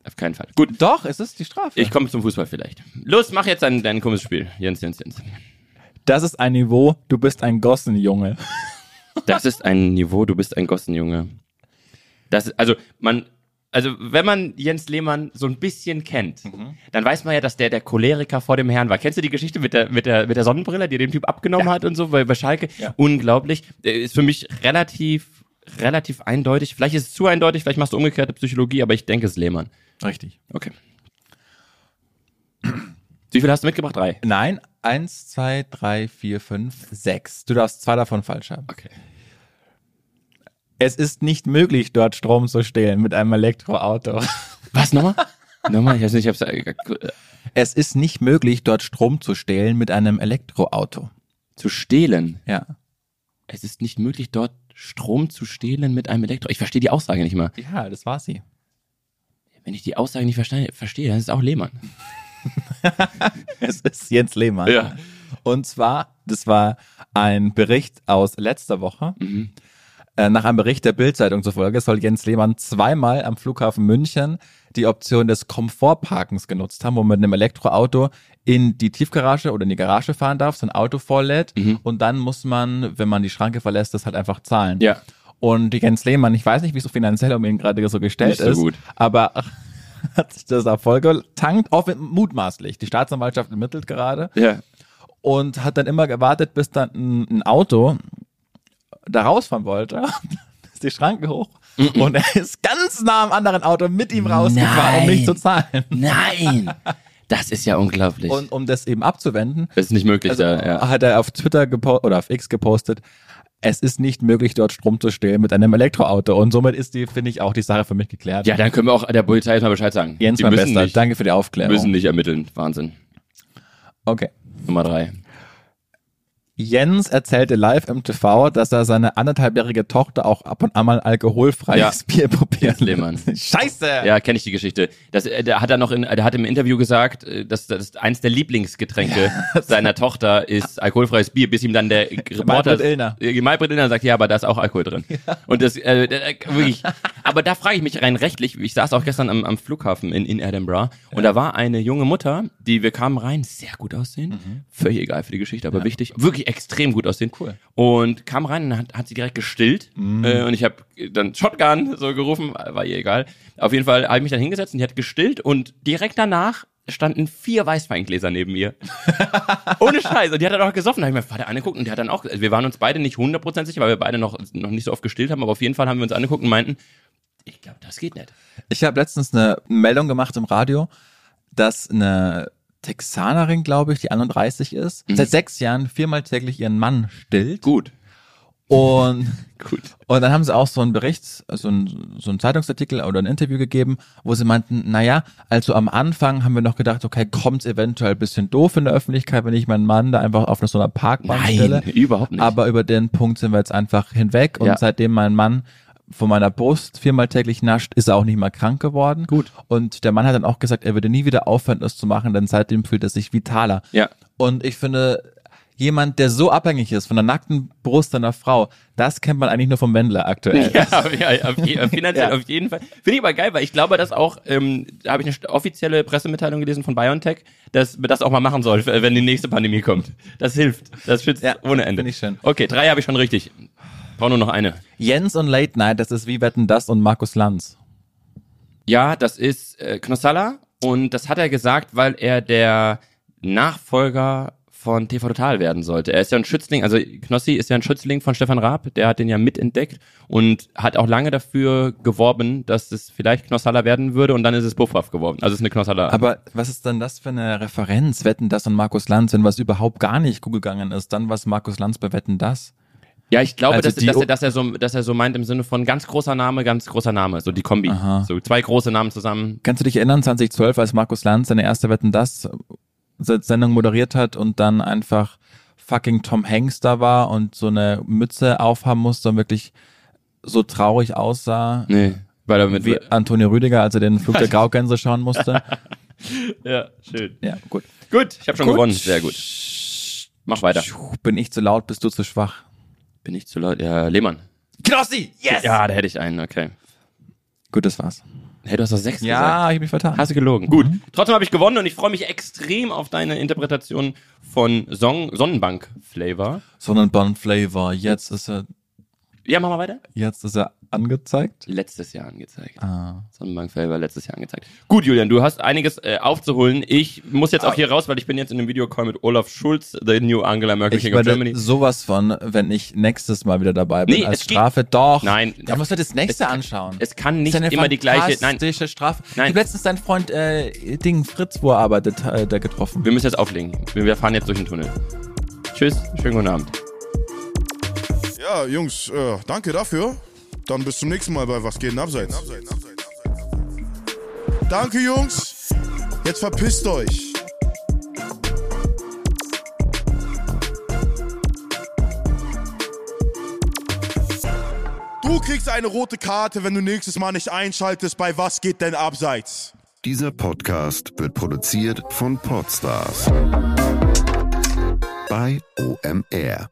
[SPEAKER 4] Auf keinen Fall. Gut,
[SPEAKER 3] Doch, es ist die Strafe.
[SPEAKER 4] ich komme zum Fußball vielleicht. Los, mach jetzt dein, dein komisches Spiel. Jens, Jens, Jens.
[SPEAKER 3] das ist ein Niveau, du bist ein Gossenjunge.
[SPEAKER 4] Das ist ein Niveau, du bist ein Gossenjunge. Das ist, also man also wenn man Jens Lehmann so ein bisschen kennt, dann weiß man ja, dass der der Choleriker vor dem Herrn war. Kennst du die Geschichte mit der mit der mit der Sonnenbrille, die er dem Typ abgenommen hat und so bei, bei Schalke? Unglaublich. Der Ist für mich relativ relativ eindeutig. Vielleicht ist es zu eindeutig, vielleicht machst du umgekehrte Psychologie, aber ich denke es ist Lehmann.
[SPEAKER 3] Richtig.
[SPEAKER 4] Okay. Wie viel hast du mitgebracht? Drei.
[SPEAKER 3] Nein, eins, zwei, drei, vier, fünf, sechs. Du darfst zwei davon falsch haben.
[SPEAKER 4] Okay.
[SPEAKER 3] Es ist nicht möglich, dort Strom zu stehlen mit einem Elektroauto.
[SPEAKER 4] Was nochmal? nochmal, ich weiß nicht, ich hab's äh,
[SPEAKER 3] Es ist nicht möglich, dort Strom zu stehlen mit einem Elektroauto.
[SPEAKER 4] zu stehlen.
[SPEAKER 3] Ja.
[SPEAKER 4] es ist nicht möglich, dort Strom zu stehlen mit einem Elektro. Ich verstehe die Aussage nicht mal.
[SPEAKER 3] Ja, das war sie.
[SPEAKER 4] Wenn ich die Aussage nicht verstehe, verstehe dann ist es auch Lehmann.
[SPEAKER 3] Es ist Jens Lehmann.
[SPEAKER 4] Ja.
[SPEAKER 3] Und zwar, das war ein Bericht aus letzter Woche.
[SPEAKER 4] Mhm.
[SPEAKER 3] Äh, Nach einem Bericht der Bildzeitung zufolge soll Jens Lehmann zweimal am Flughafen München die Option des Komfortparkens genutzt haben, wo man mit einem Elektroauto in die Tiefgarage oder in die Garage fahren darf, sein Auto vorlädt
[SPEAKER 4] Mhm.
[SPEAKER 3] und dann muss man, wenn man die Schranke verlässt, das halt einfach zahlen.
[SPEAKER 4] Ja.
[SPEAKER 3] Und Jens Lehmann, ich weiß nicht, wie es so finanziell um ihn gerade so gestellt
[SPEAKER 4] Nicht so
[SPEAKER 3] ist,
[SPEAKER 4] gut.
[SPEAKER 3] aber hat sich das Erfolg getankt, auch wenn- mutmaßlich. Die Staatsanwaltschaft ermittelt gerade
[SPEAKER 4] Ja.
[SPEAKER 3] und hat dann immer gewartet, bis dann ein, ein Auto da rausfahren wollte. ist die Schranke hoch. Und er ist ganz nah am anderen Auto mit ihm rausgefahren, um
[SPEAKER 4] Nein.
[SPEAKER 3] nicht zu zahlen.
[SPEAKER 4] Nein! Das ist ja unglaublich.
[SPEAKER 3] Und um das eben abzuwenden,
[SPEAKER 4] es ist nicht möglich,
[SPEAKER 3] also,
[SPEAKER 4] da, ja.
[SPEAKER 3] hat er auf Twitter gepo- oder auf X gepostet, es ist nicht möglich, dort Strom zu stehlen mit einem Elektroauto. Und somit ist die, finde ich, auch die Sache für mich geklärt.
[SPEAKER 4] Ja, dann können wir auch der Polizei jetzt mal Bescheid sagen.
[SPEAKER 3] Jens,
[SPEAKER 4] die
[SPEAKER 3] mein
[SPEAKER 4] müssen
[SPEAKER 3] Bester,
[SPEAKER 4] nicht,
[SPEAKER 3] danke für die Aufklärung.
[SPEAKER 4] müssen nicht ermitteln. Wahnsinn.
[SPEAKER 3] Okay.
[SPEAKER 4] Nummer drei.
[SPEAKER 3] Jens erzählte live im TV, dass er seine anderthalbjährige Tochter auch ab und an mal alkoholfreies
[SPEAKER 4] Ja.
[SPEAKER 3] Bier probiert.
[SPEAKER 4] Jens Lehmann.
[SPEAKER 3] Scheiße!
[SPEAKER 4] Ja, kenne ich die Geschichte. Das, äh, der hat er noch in, der hat im Interview gesagt, äh, dass das eins der Lieblingsgetränke seiner Tochter ist alkoholfreies Bier, bis ihm dann der Reporter
[SPEAKER 3] Maybrit Illner.
[SPEAKER 4] Äh, Maybrit Illner sagt, ja, aber da ist auch Alkohol drin. Und das äh, äh, wirklich. Aber da frage ich mich rein rechtlich. Ich saß auch gestern am, am Flughafen in, in Edinburgh und da war eine junge Mutter, die wir kamen rein, sehr gut aussehen, völlig egal für die Geschichte, aber wichtig, wirklich extrem gut aussehen. Cool. Und kam rein und hat, hat sie direkt gestillt äh, und ich habe dann Shotgun so gerufen, war ihr egal. Auf jeden Fall habe ich mich dann hingesetzt und die hat gestillt und direkt danach standen vier Weißweingläser neben ihr. Ohne Scheiß. Und die hat dann auch gesoffen. Da habe ich meinen Vater angeguckt und der hat dann auch, also wir waren uns beide nicht 100% sicher, weil wir beide noch, noch nicht so oft gestillt haben, aber auf jeden Fall haben wir uns angeguckt und meinten, ich glaube, das geht nicht.
[SPEAKER 3] Ich habe letztens eine Meldung gemacht im Radio, dass eine Texanerin, glaube ich, die 31 ist, seit sechs Jahren viermal täglich ihren Mann stillt.
[SPEAKER 4] Mhm. Gut.
[SPEAKER 3] Und,
[SPEAKER 4] Gut.
[SPEAKER 3] und dann haben sie auch so einen Bericht, so einen, so einen Zeitungsartikel oder ein Interview gegeben, wo sie meinten, naja, also am Anfang haben wir noch gedacht, okay, kommt eventuell ein bisschen doof in der Öffentlichkeit, wenn ich meinen Mann da einfach auf so einer Parkbank stelle.
[SPEAKER 4] Nein, überhaupt nicht.
[SPEAKER 3] Aber über den Punkt sind wir jetzt einfach hinweg. Und
[SPEAKER 4] Ja.
[SPEAKER 3] seitdem mein Mann von meiner Brust viermal täglich nascht, ist er auch nicht mal krank geworden. Gut. Und der Mann hat dann auch gesagt, er würde nie wieder aufhören, das zu machen, denn seitdem fühlt er sich vitaler.
[SPEAKER 4] Ja.
[SPEAKER 3] Und ich finde, jemand, der so abhängig ist von der nackten Brust einer Frau, das kennt man eigentlich nur vom Wendler aktuell.
[SPEAKER 4] Ja, ja, auf, je, auf, finanziell,
[SPEAKER 3] Ja.
[SPEAKER 4] auf jeden Fall. Finde ich aber geil, weil ich glaube, dass auch, ähm, da habe ich eine offizielle Pressemitteilung gelesen von BioNTech, dass wir das auch mal machen sollen, wenn die nächste Pandemie kommt. Das hilft. Das schützt
[SPEAKER 3] Ja,
[SPEAKER 4] ohne Ende.
[SPEAKER 3] finde ich schön.
[SPEAKER 4] Okay, drei habe ich schon richtig. Brauche nur noch eine.
[SPEAKER 3] Jens und Late Night, das ist wie Wetten das und Markus Lanz.
[SPEAKER 4] Ja, das ist äh, Knossalla Und das hat er gesagt, weil er der Nachfolger von TV Total werden sollte. Er ist ja ein Schützling, also Knossi ist ja ein Schützling von Stefan Raab, der hat den ja mitentdeckt und hat auch lange dafür geworben, dass es vielleicht Knossalla werden würde und dann ist es Buffraff geworden. Also es ist eine Knossalla.
[SPEAKER 3] Aber was ist denn das für eine Referenz? Wetten das und Markus Lanz, wenn was überhaupt gar nicht gut gegangen ist, dann was Markus Lanz bei Wetten das?
[SPEAKER 4] Ja, ich glaube,
[SPEAKER 3] Also
[SPEAKER 4] dass,
[SPEAKER 3] die-
[SPEAKER 4] dass, er, dass, er so, dass er so meint im Sinne von ganz großer Name, ganz großer Name, so die Kombi. So zwei große Namen zusammen.
[SPEAKER 3] Kannst du dich erinnern, 2012, als Markus Lanz seine erste Wetten das äh, Sendung moderiert hat und dann einfach fucking Tom Hanks da war und so eine Mütze aufhaben musste und wirklich so traurig aussah
[SPEAKER 4] Nee, weil er mit
[SPEAKER 3] wie Antonio Rüdiger, als er den Flug der Graugänse schauen musste.
[SPEAKER 4] Ja, schön.
[SPEAKER 3] Ja, gut.
[SPEAKER 4] Gut, ich habe schon gewonnen. Sehr gut. Mach weiter.
[SPEAKER 3] Bin ich zu laut, bist du zu schwach.
[SPEAKER 4] Bin ich zu laut? Ja, Lehmann.
[SPEAKER 3] Knossi, yes!
[SPEAKER 4] Ja, da hätte ich einen, okay.
[SPEAKER 3] Gut, das war's.
[SPEAKER 4] Hey, du hast doch sechs gesagt.
[SPEAKER 3] Ja, Mhm. ich hab mich vertan.
[SPEAKER 4] Hast du gelogen. Gut. Trotzdem habe ich gewonnen und ich freue mich extrem auf deine Interpretation von Song Sonnenbank Flavor.
[SPEAKER 3] Sonnenbahn Flavor, jetzt ist er,
[SPEAKER 4] Ja, machen wir weiter.
[SPEAKER 3] jetzt ist er angezeigt.
[SPEAKER 4] Letztes Jahr angezeigt.
[SPEAKER 3] Ah.
[SPEAKER 4] Sonnenbank Flavor letztes Jahr angezeigt. Gut, Julian, du hast einiges äh, aufzuholen. Ich muss jetzt
[SPEAKER 3] Ah.
[SPEAKER 4] auch hier raus, weil ich bin jetzt in einem Videocall mit Olaf Schulz, the new Angela Merkel
[SPEAKER 3] Ich
[SPEAKER 4] King of Germany.
[SPEAKER 3] werde sowas von, wenn ich nächstes Mal wieder dabei bin,
[SPEAKER 4] Nee,
[SPEAKER 3] als
[SPEAKER 4] es geht-
[SPEAKER 3] Strafe. Doch.
[SPEAKER 4] Nein.
[SPEAKER 3] Da musst du das nächste
[SPEAKER 4] Es kann-
[SPEAKER 3] anschauen.
[SPEAKER 4] es kann nicht
[SPEAKER 3] Das ist eine
[SPEAKER 4] immer die gleiche- nein.
[SPEAKER 3] Fantastische Strafe.
[SPEAKER 4] Nein.
[SPEAKER 3] Ich habe letztens deinen Freund äh, Ding Fritz, wo er arbeitet, äh, da getroffen.
[SPEAKER 4] Wir müssen jetzt auflegen. Wir wir fahren jetzt durch den Tunnel. Tschüss, schönen guten Abend.
[SPEAKER 1] Ja, Jungs, äh, danke dafür. Dann bis zum nächsten Mal bei Was geht denn abseits? Danke, Jungs. Jetzt verpisst euch. Du kriegst eine rote Karte, wenn du nächstes Mal nicht einschaltest bei Was geht denn abseits?
[SPEAKER 6] Dieser Podcast wird produziert von Podstars bei OMR.